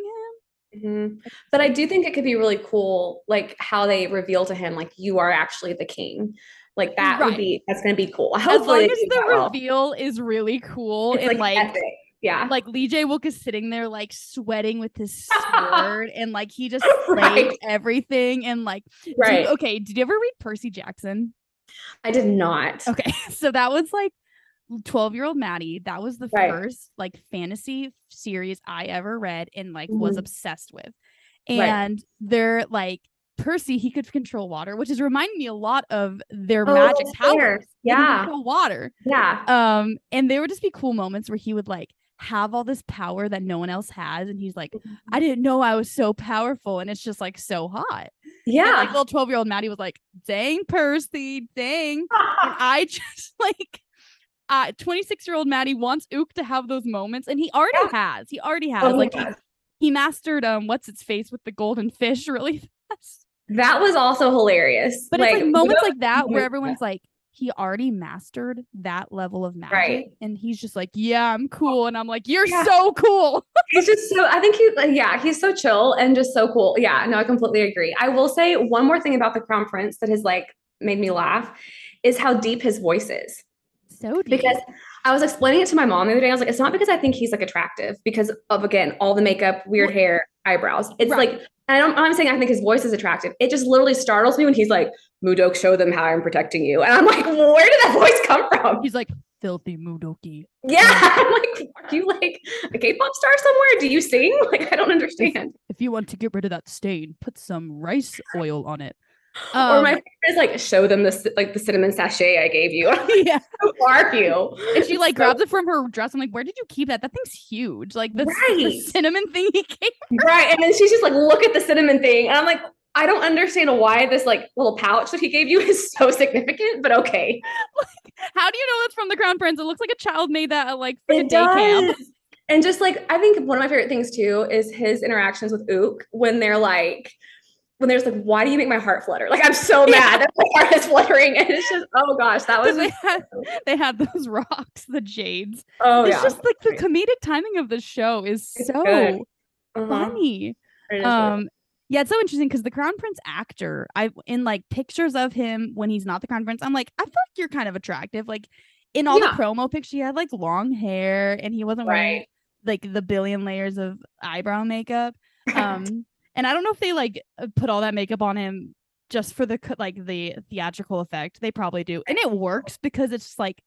Speaker 1: him.
Speaker 2: Mhm. But I do think it could be really cool, like how they reveal to him, like you are actually the king. Like that
Speaker 1: Right.
Speaker 2: would be that's gonna be cool.
Speaker 1: As long
Speaker 2: Hopefully,
Speaker 1: as
Speaker 2: they do that
Speaker 1: the
Speaker 2: well.
Speaker 1: reveal is really cool
Speaker 2: It's,
Speaker 1: and like
Speaker 2: epic. yeah,
Speaker 1: like Lee J. Wook is sitting there like sweating with his sword and like he just slayed
Speaker 2: Right.
Speaker 1: everything and like do you-
Speaker 2: right.
Speaker 1: okay, did you ever read Percy Jackson?
Speaker 2: I did not.
Speaker 1: Okay. So that was like 12-year-old Maddie. That was the
Speaker 2: Right.
Speaker 1: first like fantasy series I ever read and like was
Speaker 2: Mhm.
Speaker 1: obsessed with.
Speaker 2: Right.
Speaker 1: And they're like Percy, he could control water, which is reminding me a lot of their
Speaker 2: Oh,
Speaker 1: magic
Speaker 2: that's
Speaker 1: powers.
Speaker 2: fair.
Speaker 1: They can
Speaker 2: Yeah,
Speaker 1: control water
Speaker 2: yeah,
Speaker 1: um and there would just be cool moments where he would like have all this power that no one else has and he's like
Speaker 2: Mm-hmm.
Speaker 1: i didn't know i was so powerful and it's just like so hot and, like
Speaker 2: yeah.
Speaker 1: little 12 year old maddie was like dang percy dang and i just like uh 26 year old maddie wants ook to have those moments and he already has he already has
Speaker 2: Oh my
Speaker 1: like he,
Speaker 2: God.
Speaker 1: he mastered um what's its face with the golden fish really fast
Speaker 2: that was also hilarious.
Speaker 1: but it's like moments
Speaker 2: Mudok-
Speaker 1: like that where
Speaker 2: Mudok-
Speaker 1: everyone's like, he already mastered that level of magic.
Speaker 2: Right.
Speaker 1: And he's just like, yeah, I'm cool. And I'm like, you're
Speaker 2: Yeah.
Speaker 1: so cool.
Speaker 2: He's just so, I think he, like, yeah, he's so chill and just so cool. Yeah, no, I completely agree. I will say one more thing about the Crown Prince that has like made me laugh is how deep his voice is.
Speaker 1: So deep.
Speaker 2: Because I was explaining it to my mom the other day. I was like, it's not because I think he's like attractive because of, again, all the makeup, weird hair, eyebrows. It's
Speaker 1: Right.
Speaker 2: like, and I don't, I'm not saying I think his voice is attractive. It just literally startles me when he's like, Mudok, show them how I'm protecting you. And I'm like, where did that voice come from?
Speaker 1: he's like, filthy Mudoki.
Speaker 2: Yeah. I'm like, are you like a K-pop star somewhere? Do you sing? Like, I don't understand.
Speaker 1: If you want to get rid of that stain, put some rice oil on it.
Speaker 2: or my
Speaker 1: Um,
Speaker 2: favorite is like, show them this like the cinnamon sachet I gave you.
Speaker 1: Um, yeah.
Speaker 2: Who are you?
Speaker 1: And she
Speaker 2: It's
Speaker 1: like
Speaker 2: so-
Speaker 1: grabs it from her dress. I'm like, where did you keep that? That thing's huge. Like the, the
Speaker 2: Right.
Speaker 1: cinnamon thing he gave.
Speaker 2: right. And then she's just like, look at the cinnamon thing. And I'm like, I don't understand why this like little pouch that he gave you is so significant, but okay.
Speaker 1: How do you know that's from the Crown Prince? It looks like a child made that at like freaking day camp.
Speaker 2: And just like I think one of my favorite things too is his interactions with Ook when they're like when there's like, why do you make my heart flutter? Like I'm so mad that my heart is fluttering. And it's just, oh gosh, that was
Speaker 1: They
Speaker 2: just-
Speaker 1: had, they had those rocks, the jades.
Speaker 2: oh
Speaker 1: it's
Speaker 2: yeah.
Speaker 1: just like the
Speaker 2: Right.
Speaker 1: comedic timing of the show is
Speaker 2: It's
Speaker 1: so
Speaker 2: good. Uh-huh.
Speaker 1: funny.
Speaker 2: It is really-
Speaker 1: Um, yeah, it's so interesting because the Crown Prince actor, I in like pictures of him when he's not the Crown Prince, I'm like, I feel like you're kind of attractive. Like in all
Speaker 2: Yeah.
Speaker 1: the promo pictures, he had like long hair and he wasn't wearing
Speaker 2: right.
Speaker 1: like the billion layers of eyebrow makeup. Um, and I don't know if they like uh, put all that makeup on him just for the co- like the theatrical effect. They probably do, and it works because it's just like,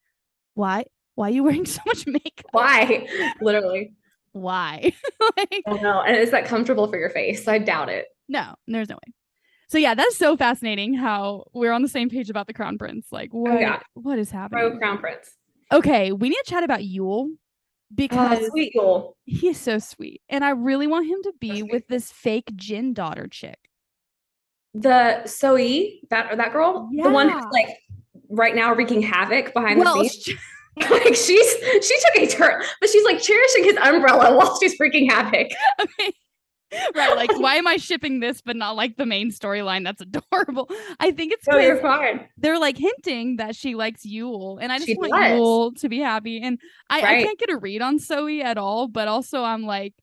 Speaker 1: why, why are you wearing so much makeup?
Speaker 2: why? Literally.
Speaker 1: why? like,
Speaker 2: Oh no. And is that comfortable for your face? I doubt it.
Speaker 1: no, there's no way. So yeah, that's so fascinating how we're on the same page about the crown prince. Like what
Speaker 2: yeah.
Speaker 1: what is
Speaker 2: Pro
Speaker 1: happening?
Speaker 2: Crown Prince.
Speaker 1: Okay, we need to chat about Yule because
Speaker 2: Oh, sweet Yule.
Speaker 1: he is so sweet. And I really want him to be
Speaker 2: sweet.
Speaker 1: with this fake gin daughter chick.
Speaker 2: The Soe, that or that girl, the one who's
Speaker 1: Yeah.
Speaker 2: like right now wreaking havoc behind
Speaker 1: well,
Speaker 2: the scenes.
Speaker 1: sh-
Speaker 2: like she's she took a turn, but she's like cherishing his umbrella while she's freaking havoc.
Speaker 1: okay. right, like why am I shipping this but not like the main storyline? That's adorable. I think it's
Speaker 2: No,
Speaker 1: because
Speaker 2: you're fine.
Speaker 1: they're like hinting that she likes Yule, and I just
Speaker 2: She
Speaker 1: want
Speaker 2: does.
Speaker 1: Yule to be happy. And I, I
Speaker 2: Right.
Speaker 1: can't get a read on Zoe at all, but also I'm like,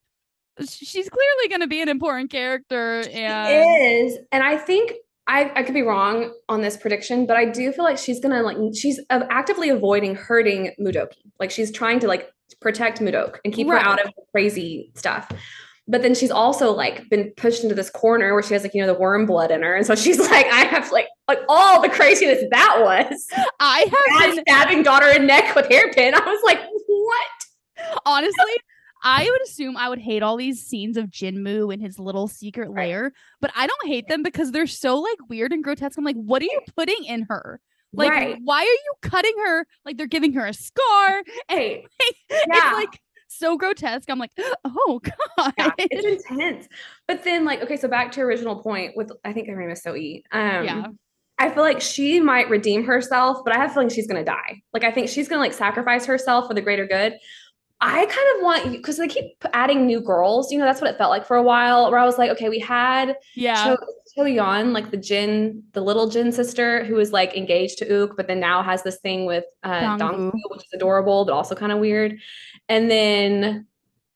Speaker 1: sh- she's clearly going to be an important character, and
Speaker 2: It is, and I think I I could be wrong on this prediction, but I do feel like she's gonna like she's uh, actively avoiding hurting Mudoki. Like she's trying to like protect Mudok and keep
Speaker 1: Right.
Speaker 2: her out of crazy stuff. But then she's also like been pushed into this corner where she has like you know the worm blood in her, and so she's like I have like like all the craziness that was.
Speaker 1: I have
Speaker 2: Dad
Speaker 1: been
Speaker 2: stabbing daughter in neck with hairpin. I was like, what?
Speaker 1: honestly. I would assume I would hate all these scenes of Jinmu and his little secret
Speaker 2: Right.
Speaker 1: lair, but I don't hate them because they're so like weird and grotesque. I'm like, what are you putting in her? Like,
Speaker 2: right.
Speaker 1: why are you cutting her? Like, they're giving her a scar.
Speaker 2: Hey, Yeah.
Speaker 1: It's like so grotesque. I'm like, oh god.
Speaker 2: yeah, it's intense. But then, like, okay, so back to your original point with I think her name is Soe. Um,
Speaker 1: yeah.
Speaker 2: I feel like she might redeem herself, but I have a feeling she's gonna die. Like, I think she's gonna like sacrifice herself for the greater good. I kind of want you because they keep adding new girls. You know, that's what it felt like for a while. Where I was like, okay, we had
Speaker 1: Yeah.
Speaker 2: Cho, Cho Yeon, like the Jin, the little Jin sister, who was like engaged to Ook, but then now has this thing with uh,
Speaker 1: Dongwoo.
Speaker 2: Dongwoo, which is adorable, but also kind of weird. And then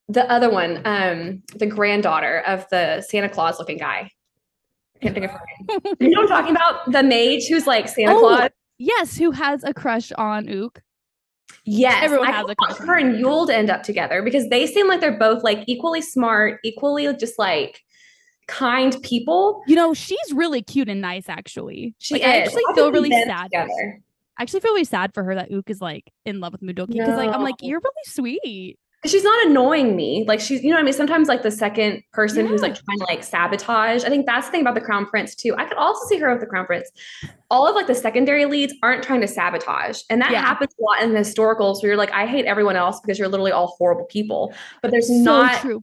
Speaker 2: the other one, um, the granddaughter of the Santa Claus looking guy. Can't think of her name. you know what I'm talking about? The mage who's like Santa
Speaker 1: Oh,
Speaker 2: Claus.
Speaker 1: yes, who has a crush on Ook?
Speaker 2: Yes,
Speaker 1: everyone
Speaker 2: I
Speaker 1: has
Speaker 2: kind
Speaker 1: a
Speaker 2: of want
Speaker 1: crush on
Speaker 2: her and Yule to end up together because they seem like they're both like equally smart, equally just like kind people.
Speaker 1: You know, she's really cute and nice actually.
Speaker 2: She
Speaker 1: Like,
Speaker 2: is.
Speaker 1: I actually
Speaker 2: I
Speaker 1: feel
Speaker 2: could see
Speaker 1: really
Speaker 2: them
Speaker 1: sad. I
Speaker 2: together.
Speaker 1: actually feel really sad for her that Ook is like in love with Mudoki because like I'm like,
Speaker 2: No.
Speaker 1: you're really sweet.
Speaker 2: she's not annoying me. Like she's, you know what I mean? Sometimes like the second person who's
Speaker 1: Yeah.
Speaker 2: like trying to like sabotage. I think that's the thing about the crown prince too. I could also see her with the crown prince. All of like the secondary leads aren't trying to sabotage. And that
Speaker 1: Yeah.
Speaker 2: happens a lot in historicals where you're like, I hate everyone else because you're literally all horrible people. But there's
Speaker 1: so
Speaker 2: not
Speaker 1: true.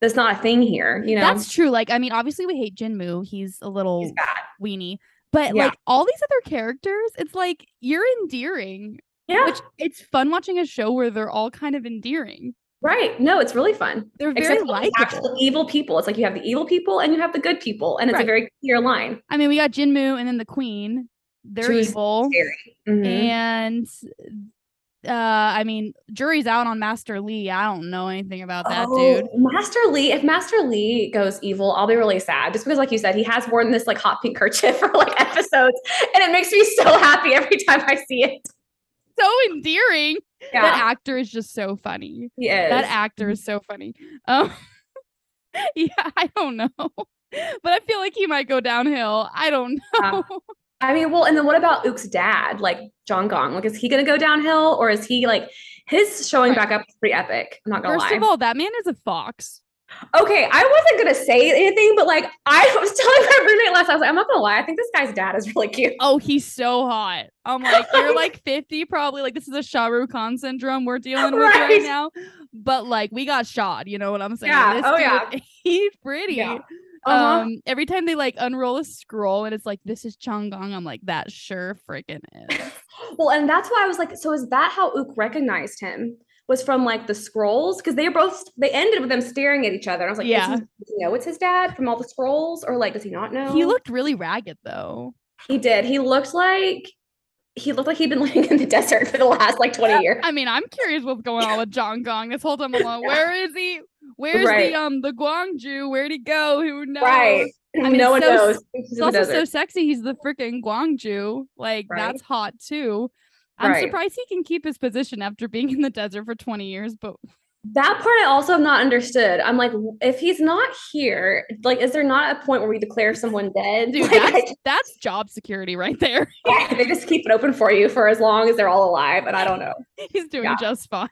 Speaker 2: that's not a thing here, you know.
Speaker 1: That's true. Like, I mean, obviously we hate Jinmu. He's a little
Speaker 2: He's bad.
Speaker 1: weenie. But
Speaker 2: Yeah.
Speaker 1: like all these other characters, it's like you're endearing.
Speaker 2: Yeah.
Speaker 1: Which it's fun watching a show where they're all kind of endearing.
Speaker 2: right. No, it's really fun.
Speaker 1: They're very
Speaker 2: Except for the
Speaker 1: likable.
Speaker 2: actual evil people. It's like you have the evil people and you have the good people, and it's
Speaker 1: Right.
Speaker 2: a very clear line.
Speaker 1: I mean, we got Jinmu and then the Queen, They're
Speaker 2: She was
Speaker 1: evil.
Speaker 2: Scary. Mhm.
Speaker 1: And uh I mean, jury's out on Master Lee. I don't know anything about that
Speaker 2: Oh,
Speaker 1: dude.
Speaker 2: Master Lee. If Master Lee goes evil, I'll be really sad. Just because, like you said, he has worn this like hot pink kerchief for like episodes, and it makes me so happy every time I see it.
Speaker 1: So endearing. That
Speaker 2: Yeah,
Speaker 1: actor is just so funny.
Speaker 2: he is.
Speaker 1: That actor is so funny. Um Yeah, I don't know. But I feel like he might go downhill. I don't
Speaker 2: Yeah.
Speaker 1: know.
Speaker 2: I mean, well, and then what about Ook's dad, like John Gong? Like, is he gonna go downhill, or is he like his showing back up is pretty epic? I'm not gonna
Speaker 1: First
Speaker 2: lie.
Speaker 1: of all, that man is a fox.
Speaker 2: okay, I wasn't gonna say anything, but like I was telling my roommate last, night, I was like, I'm not gonna lie, I think this guy's dad is really cute.
Speaker 1: Oh, he's so hot. I'm like, you're like 50, probably. Like, this is a Shah Rukh Khan syndrome we're dealing with right,
Speaker 2: Right.
Speaker 1: now. But like, we got shot. You know what I'm saying?
Speaker 2: Yeah. Oh, yeah.
Speaker 1: He's pretty.
Speaker 2: Yeah. Uh-huh.
Speaker 1: Um, every time they like unroll a scroll and it's like, this is Chang Gong, I'm like, that sure freaking is.
Speaker 2: Well, and that's why I was like, so is that how Ook recognized him? Was from like the scrolls because they were both they ended with them staring at each other. And I was like, yeah,
Speaker 1: Yeah.
Speaker 2: does he know it's his dad from all the scrolls, or like does he not know?
Speaker 1: He looked really ragged though.
Speaker 2: he did. He looked like he looked like he'd been living in the desert for the last like twenty years.
Speaker 1: I mean, I'm curious what's going on with Chang Gong this whole time along. Where is he? Where's
Speaker 2: Right.
Speaker 1: the um the Guangzhu? Where'd he go? Who knows?
Speaker 2: Right?
Speaker 1: I mean,
Speaker 2: no one
Speaker 1: it's so-
Speaker 2: knows. He's in
Speaker 1: It's
Speaker 2: the
Speaker 1: also so
Speaker 2: desert.
Speaker 1: sexy. He's the freaking Guangzhou. Like
Speaker 2: Right?
Speaker 1: that's hot too. I'm
Speaker 2: Right.
Speaker 1: surprised he can keep his position after being in the desert for 20 years. But
Speaker 2: that part I also have not understood. I'm like, w- if he's not here, like, is there not a point where we declare someone dead?
Speaker 1: dude,
Speaker 2: Like, I
Speaker 1: that's, that's job security right there.
Speaker 2: can't- they just keep it open for you for as long as they're all alive, and I don't know.
Speaker 1: He's doing
Speaker 2: Yeah.
Speaker 1: just fine.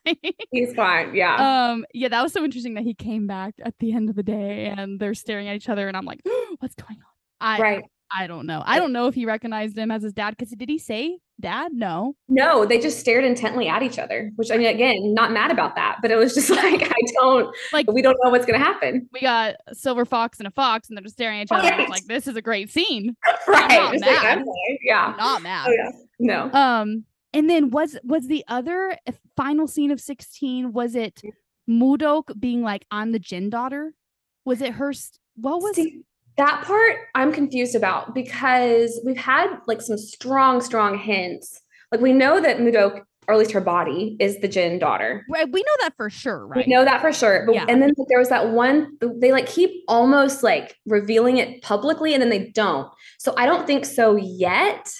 Speaker 2: He's fine. Yeah.
Speaker 1: um, yeah, that was so interesting that he came back at the end of the day and they're staring at each other, and I'm like, what's going on? I
Speaker 2: right.
Speaker 1: I don't know. I don't know if he recognized him as his dad because did he say dad? No.
Speaker 2: No, they just stared intently at each other, which I mean, again, not mad about that, but it was just like, I don't,
Speaker 1: Like-
Speaker 2: like, we don't know what's going to happen.
Speaker 1: We got a silver fox and a fox, and they're just staring at each other. and it's
Speaker 2: Right.
Speaker 1: Like this is a great scene.
Speaker 2: Right. Just like,
Speaker 1: mad.
Speaker 2: okay, yeah.
Speaker 1: I'm not mad.
Speaker 2: Oh, yeah. No.
Speaker 1: um and then was was the other f- final scene of 16 was it mudok being like i'm the jinn daughter was it her st- what was
Speaker 2: See, that part I'm confused about because we've had like some strong, strong hints. Like we know that Mudok, or at least her body, is the Jin daughter.
Speaker 1: right we know that for sure right
Speaker 2: We know that for sure. But
Speaker 1: Yeah.
Speaker 2: and then like, there was that one they like keep almost like revealing it publicly and then they don't. So I don't think so yet.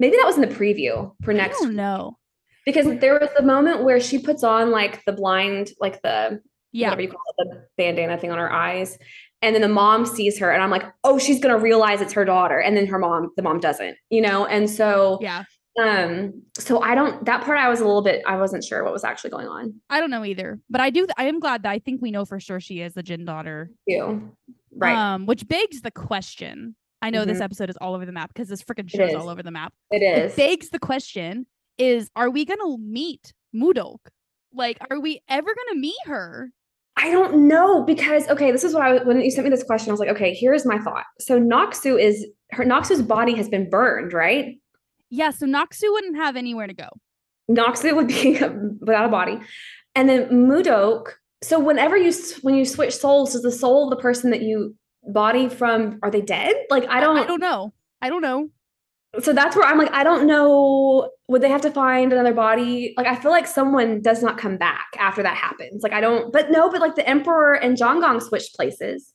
Speaker 2: Maybe that was in the preview for
Speaker 1: i
Speaker 2: next
Speaker 1: don't know
Speaker 2: because there was the moment where she puts on like the blind, like the
Speaker 1: yeah
Speaker 2: whatever you call it, the bandana thing on her eyes. And then the mom sees her, and I'm like, oh, she's gonna realize it's her daughter. And then her mom, the mom doesn't, you know. And so,
Speaker 1: yeah
Speaker 2: um, so I don't. That part, I was a little bit, I wasn't sure what was actually going on.
Speaker 1: i don't know either but i do i am glad that i think we know for sure she is the jinn daughter
Speaker 2: Too. Right. Mm-hmm.
Speaker 1: um which begs the question i know this episode is all over the map because this freaking show is
Speaker 2: is.
Speaker 1: all over the map
Speaker 2: it
Speaker 1: it
Speaker 2: is.
Speaker 1: begs the question is are we gonna meet mudok like are we ever gonna meet her
Speaker 2: I don't know because okay, this is what I was- when you sent me this question, I was like, okay, here's my thought. So Noxu is her Noxu's body has been burned, right?
Speaker 1: Yeah, so Noxu wouldn't have anywhere to go.
Speaker 2: Noxu would be without a body, and then Mudok. So whenever you s- when you switch souls, does the soul of the person that you body from are they dead? Like I don't.
Speaker 1: I don't know. I don't know.
Speaker 2: So that's where I'm like I don't know. Would they have to find another body? Like I feel like someone does not come back after that happens. Like I don't. But no. But like the Emperor and John Gong switched places.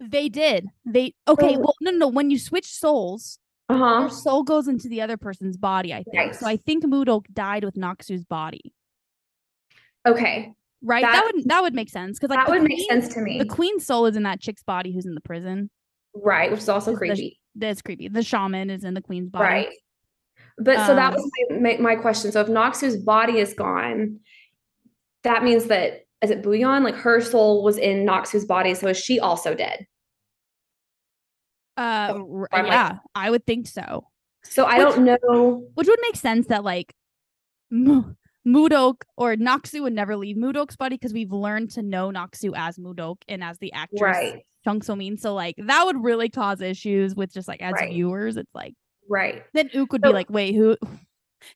Speaker 1: They did. They okay.
Speaker 2: Oh.
Speaker 1: Well, no, no. no, When you switch souls,
Speaker 2: Uh huh.
Speaker 1: your soul goes into the other person's body. I think. So
Speaker 2: Right.
Speaker 1: I think Mudok died with Noxu's body.
Speaker 2: Okay.
Speaker 1: Right. That,
Speaker 2: That-
Speaker 1: would that would make sense because like
Speaker 2: that
Speaker 1: the
Speaker 2: would make
Speaker 1: queen-
Speaker 2: sense to me.
Speaker 1: The queen's soul is in that chick's body who's in the prison.
Speaker 2: right, which is also
Speaker 1: is the-
Speaker 2: creepy.
Speaker 1: That's creepy. The shaman is in the queen's body.
Speaker 2: Right. But so
Speaker 1: Um,
Speaker 2: that was my, my, my question. So if Noxu's body is gone, that means that is it Bouillon? Like her soul was in Noxu's body, so is she also dead?
Speaker 1: Uh, r-
Speaker 2: I'm like-
Speaker 1: yeah, I would think so.
Speaker 2: So I
Speaker 1: Which-
Speaker 2: don't know.
Speaker 1: Which would make sense that like Mu- Mudok or Noxu would never leave Mudok's body because we've learned to know Noxu as Mudok and as the actress
Speaker 2: Right,
Speaker 1: Chung So Min. So like that would really cause issues with just like as
Speaker 2: Right.
Speaker 1: viewers. It's like
Speaker 2: right.
Speaker 1: then Ook would be
Speaker 2: So-
Speaker 1: like, wait, who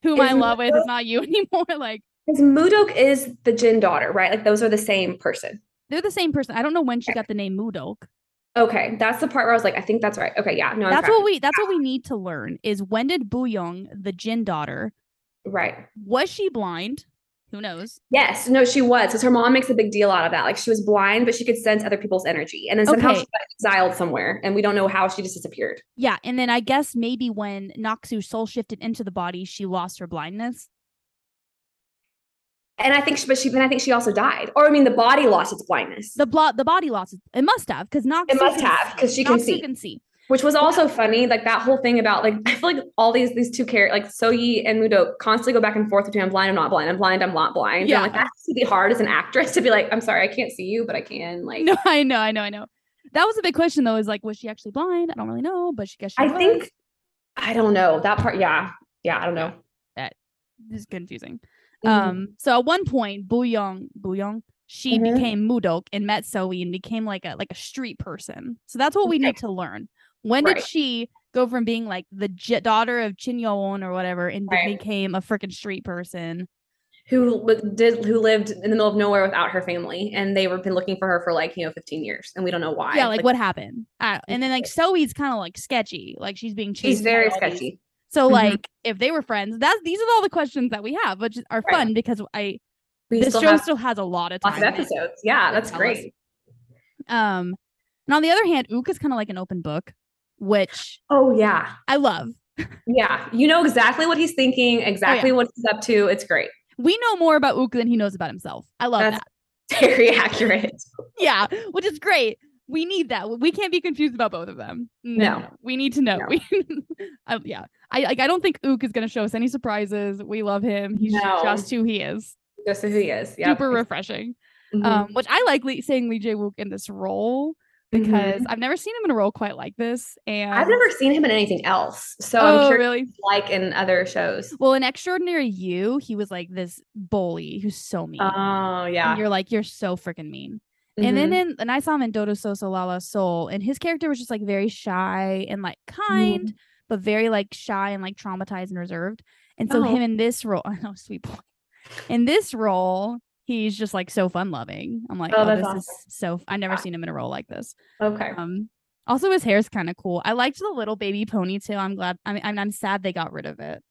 Speaker 1: who am I
Speaker 2: Is
Speaker 1: in love with? It's
Speaker 2: Mudok-
Speaker 1: not you anymore. Like
Speaker 2: Because Mudok is the Jin daughter, right? Like those are the same person.
Speaker 1: they're the same person. I don't know when she got the name Mudok.
Speaker 2: Okay, that's the part where I was like, I think that's right. Okay, yeah, no, I'm
Speaker 1: that's
Speaker 2: tracking.
Speaker 1: what we that's what we need to learn is when did Buyong, the Jin daughter,
Speaker 2: right.
Speaker 1: was she blind? Who knows?
Speaker 2: Yes, no, she was because her mom makes a big deal out of that. Like she was blind, but she could sense other people's energy, and then somehow
Speaker 1: Okay.
Speaker 2: she got exiled somewhere, and we don't know how she just disappeared.
Speaker 1: Yeah, and then I guess maybe when Noxu's soul shifted into the body, she lost her blindness.
Speaker 2: And I think, she, but she then I think she also died, or I mean, the body lost its blindness,
Speaker 1: The blo- the body lost it. It must have because Noxu
Speaker 2: It must
Speaker 1: can
Speaker 2: have,
Speaker 1: see.
Speaker 2: 'cause she can
Speaker 1: Noxu
Speaker 2: see.
Speaker 1: can see.
Speaker 2: which was also funny. Like that whole thing about like I feel like all these these two characters, like Soyi and Mudo, constantly go back and forth between I'm blind, I'm not blind, I'm blind, I'm not blind. Yeah,
Speaker 1: Yeah.
Speaker 2: like that has to be hard as an actress to be like, I'm sorry, I can't see you, but I can. Like,
Speaker 1: No, I know, I know, I know. That was a big question though. Is like, was she actually blind? I don't really know, but she guess she
Speaker 2: I
Speaker 1: was.
Speaker 2: think I don't know that part. Yeah, yeah, I don't know.
Speaker 1: this is confusing.
Speaker 2: Mhm.
Speaker 1: Um, so at one point, Buyong, Buyong, she
Speaker 2: Mhm.
Speaker 1: became Mudok and met Soe and became like a like a street person. So that's what we
Speaker 2: Okay.
Speaker 1: need to learn. When
Speaker 2: Right.
Speaker 1: did she go from being like the j- daughter of Chin Yoon or whatever and be-
Speaker 2: Right.
Speaker 1: became a freaking street person?
Speaker 2: who w- did who lived in the middle of nowhere without her family and they were been looking for her for like you know 15 years and we don't know why
Speaker 1: Yeah, like, what happened? Uh, and then like Soe's kind of like sketchy, like she's being chased.
Speaker 2: she's
Speaker 1: by
Speaker 2: very
Speaker 1: all these-
Speaker 2: sketchy
Speaker 1: So
Speaker 2: Mhm.
Speaker 1: like if they were friends, that's these are all the questions that we have, which are
Speaker 2: Right.
Speaker 1: fun because I
Speaker 2: we
Speaker 1: this
Speaker 2: still
Speaker 1: show
Speaker 2: have
Speaker 1: still has a lot of time.
Speaker 2: lots of
Speaker 1: in it.
Speaker 2: episodes yeah
Speaker 1: to
Speaker 2: that's
Speaker 1: tell
Speaker 2: great
Speaker 1: Um, and on the other hand, Ook is kind of like an open book, which
Speaker 2: oh yeah
Speaker 1: I love.
Speaker 2: yeah you know exactly what he's thinking exactly what he's up to it's great
Speaker 1: We know more about Ook than he knows about himself. I love
Speaker 2: That's- very accurate
Speaker 1: that. Yeah, which is great. We need that. We can't be confused about both of them.
Speaker 2: No.
Speaker 1: we need to know.
Speaker 2: No.
Speaker 1: We, uh, yeah, I like. I don't think Ook is going to show us any surprises. We love him. He's
Speaker 2: No.
Speaker 1: just who he is.
Speaker 2: just who he is yeah
Speaker 1: Super refreshing.
Speaker 2: Mhm.
Speaker 1: Um, which I like Lee, seeing Lee Jae Wook in this role
Speaker 2: Mhm.
Speaker 1: because I've never seen him in a role quite like this. And
Speaker 2: i've never seen him in anything else so i'm
Speaker 1: Oh,
Speaker 2: curious
Speaker 1: really?
Speaker 2: like in other shows
Speaker 1: Well, in Extraordinary You, he was like this bully who's so mean.
Speaker 2: oh
Speaker 1: And
Speaker 2: yeah Mm-hmm.
Speaker 1: you're like, you're so freaking mean. And then in, and I saw him in Dodo Soso Lala Soul, and his character was just like very shy and like kind,
Speaker 2: Mm-hmm.
Speaker 1: but very like shy and like traumatized and reserved. And so
Speaker 2: Oh.
Speaker 1: him in this role, I know, sweet boy. In this role, he's just like so fun loving. I'm like,
Speaker 2: Oh,
Speaker 1: oh,
Speaker 2: that's
Speaker 1: this
Speaker 2: awesome.
Speaker 1: is so. I've never
Speaker 2: Yeah.
Speaker 1: seen him in a role like this.
Speaker 2: Mhm. okay
Speaker 1: Um, also, his hair's kind of cool. I liked the little baby ponytail. I'm glad. I mean, I'm, I'm sad they got rid of it.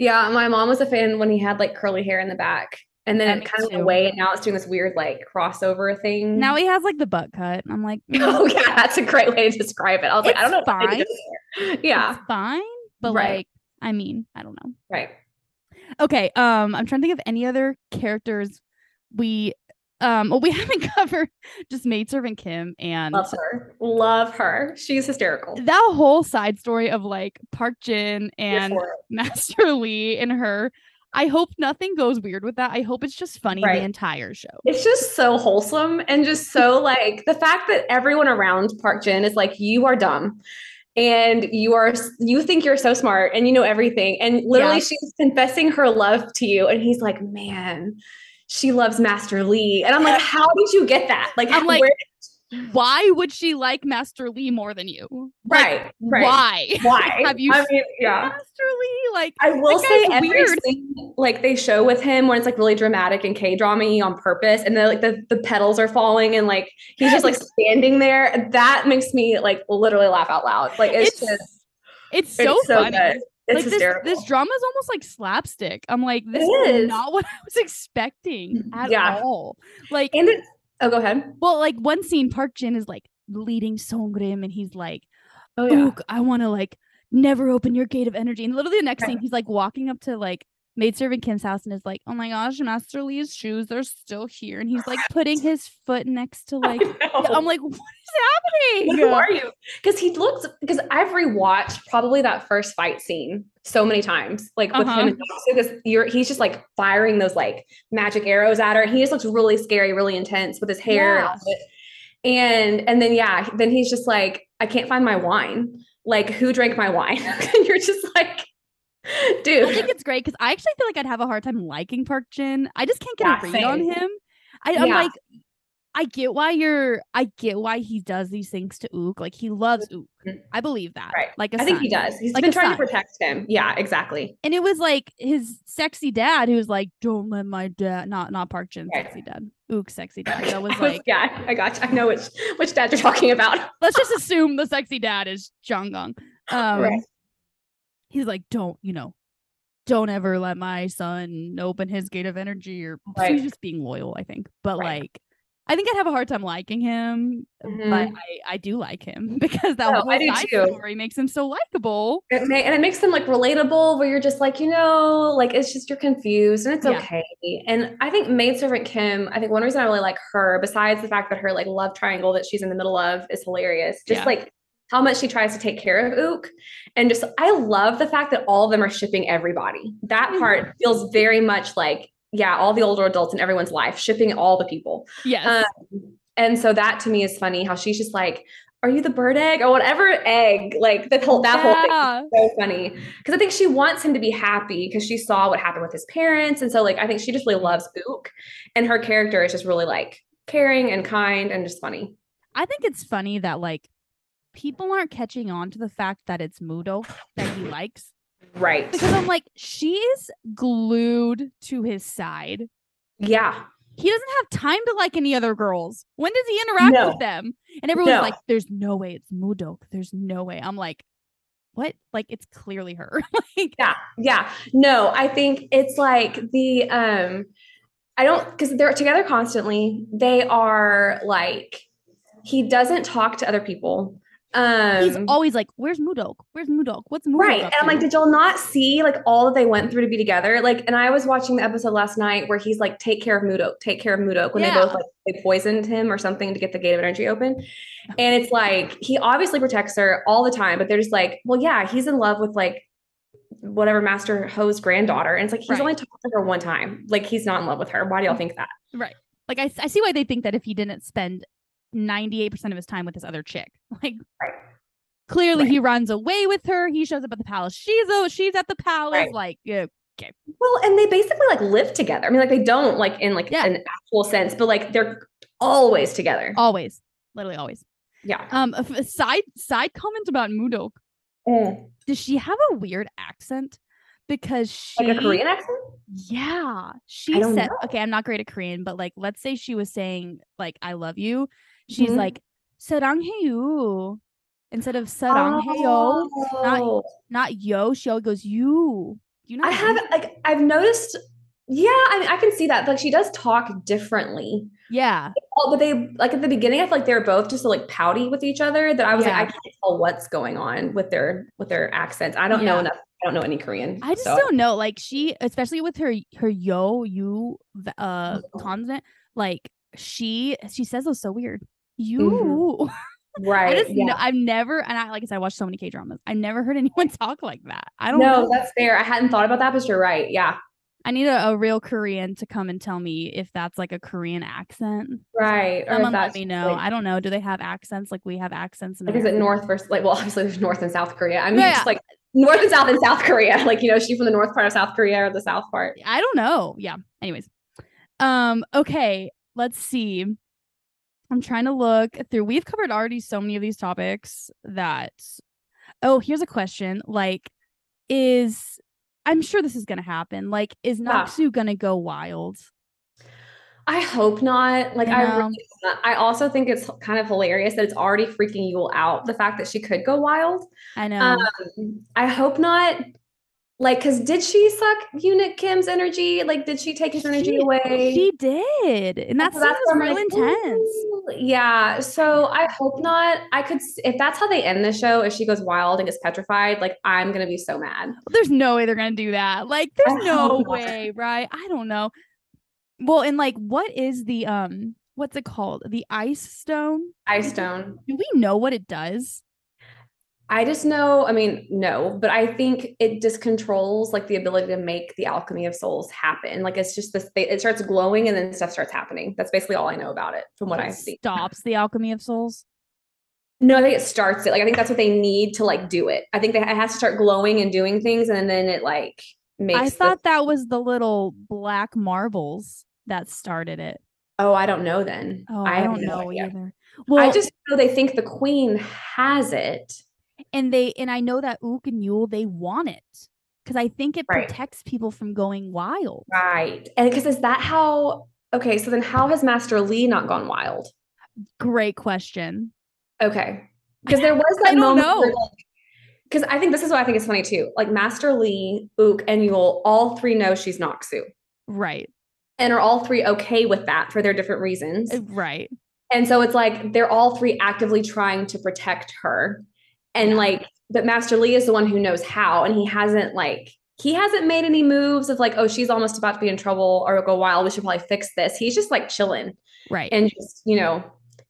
Speaker 2: Yeah, my mom was a fan when he had like curly hair in the back, and then
Speaker 1: Yeah,
Speaker 2: it
Speaker 1: me
Speaker 2: kind of went
Speaker 1: too.
Speaker 2: away, and now it's doing this weird like crossover thing.
Speaker 1: Now he has like the butt cut. I'm like, mm,
Speaker 2: oh yeah, that's a great way to describe it. I was like, I don't know.
Speaker 1: It's
Speaker 2: what they did there. Yeah,
Speaker 1: it's fine, but
Speaker 2: Right.
Speaker 1: like, I mean, I don't know.
Speaker 2: right.
Speaker 1: Okay, um, I'm trying to think of any other characters we, um, well, we haven't covered just maidservant Kim and
Speaker 2: Love her. Love her. She's hysterical.
Speaker 1: that whole side story of like Park Jin
Speaker 2: Here
Speaker 1: and
Speaker 2: for it.
Speaker 1: Master Lee and her. I hope nothing goes weird with that. I hope it's just funny
Speaker 2: Right.
Speaker 1: the entire show.
Speaker 2: It's just so wholesome and just so like the fact that everyone around Park Jin is like, you are dumb and you are you think you're so smart and you know everything. And literally
Speaker 1: Yeah.
Speaker 2: she's confessing her love to you. And he's like, Man, she loves Master Lee. And I'm like, How did you get that? Like,
Speaker 1: I'm like,
Speaker 2: where-
Speaker 1: Why would she like Master Lee more than you? Like,
Speaker 2: right, right.
Speaker 1: Why?
Speaker 2: Why?
Speaker 1: Have you
Speaker 2: I mean, yeah.
Speaker 1: Master Lee, like
Speaker 2: I will
Speaker 1: That
Speaker 2: say
Speaker 1: guy's
Speaker 2: every
Speaker 1: weird.
Speaker 2: scene, like they show with him when it's like really dramatic and K drama on purpose, and then like the, the petals are falling and like he's just like standing there. That makes me like literally laugh out loud. Like
Speaker 1: it's
Speaker 2: it's, just
Speaker 1: it's so
Speaker 2: it's so
Speaker 1: funny.
Speaker 2: good. It's
Speaker 1: like this,
Speaker 2: hysterical.
Speaker 1: this drama is almost like slapstick. I'm like, this
Speaker 2: It
Speaker 1: is
Speaker 2: is.
Speaker 1: not what I was expecting at
Speaker 2: Yeah.
Speaker 1: all. Like,
Speaker 2: and it, oh, go ahead.
Speaker 1: well, like one scene, Park Jin is like leading Songrim, and he's like,
Speaker 2: Oh
Speaker 1: "Ook, I want to like never open your gate of energy." And literally the next
Speaker 2: Right.
Speaker 1: scene, he's like walking up to like maidservant Kim's house and is like, "Oh my gosh, Master Lee's shoes are still here," and he's like putting his foot next to like. I'm like, what is happening?
Speaker 2: who are you? Because he looks because I've rewatched probably that first fight scene so many times, like with
Speaker 1: Uh-huh.
Speaker 2: him and because you're he's just like firing those like magic arrows at her. He just looks really scary, really intense with his hair. and all
Speaker 1: Yeah.
Speaker 2: of it. And and then yeah, then he's just like, I can't find my wine. Like, who drank my wine? and you're just like,
Speaker 1: I
Speaker 2: dude.
Speaker 1: think it's great because I actually feel like I'd have a hard time liking Park Jin. I just can't get
Speaker 2: Yeah,
Speaker 1: a read on
Speaker 2: same.
Speaker 1: him. I, I'm
Speaker 2: Yeah.
Speaker 1: like, I get why you're I get why he does these things to Ook. Like he loves Ook.
Speaker 2: Mhm.
Speaker 1: I believe that.
Speaker 2: Right.
Speaker 1: Like I
Speaker 2: I think he does. He's
Speaker 1: Like
Speaker 2: been
Speaker 1: a
Speaker 2: trying
Speaker 1: son.
Speaker 2: to protect him. Yeah, exactly.
Speaker 1: And it was like his sexy dad who was like, Don't let my dad not not Park Jin
Speaker 2: Right.
Speaker 1: sexy dad. Ook sexy dad. That was
Speaker 2: I was-
Speaker 1: like
Speaker 2: yeah, I got you. I know which which dad you're talking about.
Speaker 1: let's just assume the sexy dad is Jonggang. Um
Speaker 2: Right.
Speaker 1: he's like, Don't, you know, don't ever let my son open his gate of energy or so
Speaker 2: Right.
Speaker 1: he's just being loyal, I think. But
Speaker 2: Right.
Speaker 1: like I think I'd have a hard time liking him but
Speaker 2: Mhm.
Speaker 1: I, I do like him because that
Speaker 2: Oh, I
Speaker 1: whole
Speaker 2: do
Speaker 1: side
Speaker 2: too.
Speaker 1: story makes him so likable.
Speaker 2: It may, and it makes them like relatable where you're just like, you know, like it's just you're confused and it's
Speaker 1: Yeah.
Speaker 2: okay. And I think maidservant Kim, I think one reason I really like her, besides the fact that her like love triangle that she's in the middle of is hilarious, just
Speaker 1: Yeah.
Speaker 2: like how much she tries to take care of Ook. And just I love the fact that all of them are shipping everybody. That
Speaker 1: Mhm.
Speaker 2: part feels very much like, yeah, all the older adults in everyone's life, shipping all the people.
Speaker 1: Yes.
Speaker 2: Um, and so that to me is funny how she's just like, "Are you the bird egg or whatever egg?" Like that whole that whole
Speaker 1: Yeah.
Speaker 2: thing is so funny because I think she wants him to be happy because she saw what happened with his parents, and so like I think she just really loves Ook, and her character is just really like caring and kind and just funny.
Speaker 1: I think it's funny that like people aren't catching on to the fact that it's Mudo that he likes
Speaker 2: Right?
Speaker 1: because I'm like she's glued to his side.
Speaker 2: Yeah.
Speaker 1: He doesn't have time to like any other girls. When does he interact
Speaker 2: No.
Speaker 1: with them? And everyone's
Speaker 2: No.
Speaker 1: like, "There's no way it's Mudo. There's no way." I'm like, "What? Like it's clearly her." like
Speaker 2: Yeah. Yeah. No, I think it's like the um I don't because they're together constantly. They are like he doesn't talk to other people. Um
Speaker 1: he's always like, "Where's Mudo? Where's Mudo? What's Mudo?"
Speaker 2: Right.
Speaker 1: up
Speaker 2: And I'm like,
Speaker 1: to?"
Speaker 2: did y'all not see like all that they went through to be together? Like, and I was watching the episode last night where he's like, take care of Mudok, take care of Mudok when
Speaker 1: Yeah.
Speaker 2: they both like they poisoned him or something to get the gate of energy open. And it's like he obviously protects her all the time, but they're just like, well, yeah, he's in love with like whatever Master Ho's granddaughter. And it's like he's
Speaker 1: Right. Mm-hmm.
Speaker 2: only talked to her one time. Like he's not in love with her. Why do y'all think that?
Speaker 1: like I, I see why they think that if he didn't spend 98% of his time with this other chick like
Speaker 2: Right.
Speaker 1: clearly
Speaker 2: Right.
Speaker 1: he runs away with her he shows up at the palace she's oh she's at the palace
Speaker 2: Right.
Speaker 1: like yeah
Speaker 2: Well, and they basically like live together. I mean, like they don't like in like
Speaker 1: Yeah.
Speaker 2: an actual sense, but like they're always together.
Speaker 1: always literally always
Speaker 2: yeah.
Speaker 1: um a f- side side comment about mudok
Speaker 2: Mm.
Speaker 1: does she have a weird accent because she
Speaker 2: Like a Korean accent?
Speaker 1: yeah she
Speaker 2: don't
Speaker 1: said
Speaker 2: know.
Speaker 1: okay i'm not great at korean but like let's say she was saying like i love you she's
Speaker 2: Mhm.
Speaker 1: like saranghaeyo instead of saranghaeyo not-
Speaker 2: Oh.
Speaker 1: not yo. She always goes you. You know,
Speaker 2: I
Speaker 1: what
Speaker 2: have
Speaker 1: mean?
Speaker 2: like I've noticed. Yeah, I mean, I can see that. Like she does talk differently.
Speaker 1: Yeah,
Speaker 2: Oh, but they like at the beginning, I feel like they were both just like pouty with each other. That I was
Speaker 1: Yeah.
Speaker 2: like, I can't tell what's going on with their with their accents. I don't know
Speaker 1: Yeah.
Speaker 2: enough. I don't know any Korean.
Speaker 1: I just
Speaker 2: so-
Speaker 1: don't know. Like she, especially with her her yo you v- uh consonant, like she she says those so weird.
Speaker 2: Mm-hmm.
Speaker 1: You, I
Speaker 2: right.
Speaker 1: just
Speaker 2: yeah.
Speaker 1: know, I've never and I like I said I watched so many K dramas. I never heard anyone talk like that. I don't
Speaker 2: no,
Speaker 1: know.
Speaker 2: that's fair. I hadn't thought about that, but you're right. Yeah.
Speaker 1: I need a, a real Korean to come and tell me if that's like a Korean accent.
Speaker 2: Right. Or if
Speaker 1: Someone let
Speaker 2: that's
Speaker 1: me
Speaker 2: just,
Speaker 1: know.
Speaker 2: Like,
Speaker 1: I don't know. Do they have accents like we have accents? In
Speaker 2: like, is it
Speaker 1: America?
Speaker 2: North versus like? Well, obviously there's North and South Korea. I mean,
Speaker 1: Yeah.
Speaker 2: just like North and South and South Korea. Like you know, is she from the North part of South Korea or the South part?
Speaker 1: I don't know. Yeah. Anyways. Um, okay, let's see. I'm trying to look through. We've covered already so many of these topics that oh, here's a question. Like, is I'm sure this is gonna happen. Like, is
Speaker 2: Yeah.
Speaker 1: Noxu gonna go wild?
Speaker 2: I hope not. Like
Speaker 1: You
Speaker 2: I
Speaker 1: know?
Speaker 2: really I also think it's kind of hilarious that it's already freaking you out the fact that she could go wild.
Speaker 1: I know.
Speaker 2: Um, I hope not. Like, cause did she suck Eunuch Kim's energy? Like, did she take his energy
Speaker 1: She-
Speaker 2: away?
Speaker 1: she did. And that
Speaker 2: So
Speaker 1: scene was
Speaker 2: where
Speaker 1: real
Speaker 2: I'm like,
Speaker 1: intense.
Speaker 2: "Ooh." Yeah. So I hope not. I could, s- if that's how they end the show, if she goes wild and gets petrified, like I'm gonna be so mad.
Speaker 1: There's no way they're gonna do that. Like, there's
Speaker 2: I
Speaker 1: no
Speaker 2: hope not.
Speaker 1: way, right? I don't know. Well, and like, what is the um, what's it called? The ice stone?
Speaker 2: I stone.
Speaker 1: Do we know what it does?
Speaker 2: I just know, I mean, no, but I think it just controls like the ability to make the alchemy of souls happen. Like it's just this, it starts glowing and then stuff starts happening. That's basically all I know about it from what
Speaker 1: It
Speaker 2: I've seen.
Speaker 1: stops the alchemy of souls.
Speaker 2: No, I think it starts it. Like I think that's what they need to like do it. I think that it has to start glowing and doing things and then it like makes
Speaker 1: I
Speaker 2: the-
Speaker 1: thought that was the little black marbles that started it.
Speaker 2: Oh, I don't know then.
Speaker 1: Oh,
Speaker 2: I,
Speaker 1: I,
Speaker 2: have
Speaker 1: don't
Speaker 2: no
Speaker 1: know
Speaker 2: idea.
Speaker 1: either. Well,
Speaker 2: I just know they think the queen has it.
Speaker 1: and they and I know that Ook and Yule they want it because I think it
Speaker 2: Right.
Speaker 1: protects people from going wild.
Speaker 2: Right. And because is that how okay, so then how has Master Lee not gone wild?
Speaker 1: Great question.
Speaker 2: Okay. Because there was
Speaker 1: I
Speaker 2: that
Speaker 1: don't
Speaker 2: moment
Speaker 1: know.
Speaker 2: because I think this is what I think is funny too. Like Master Lee, Ook, and Yule, all three know she's Noxu
Speaker 1: Right,
Speaker 2: and are all three okay with that for their different reasons.
Speaker 1: Uh, right.
Speaker 2: And so it's like they're all three actively trying to protect her. And like, but Master Lee is the one who knows how, and he hasn't like he hasn't made any moves of like, oh, she's almost about to be in trouble or go wild. We should probably fix this. He's just like chilling
Speaker 1: Right.
Speaker 2: and just, you know,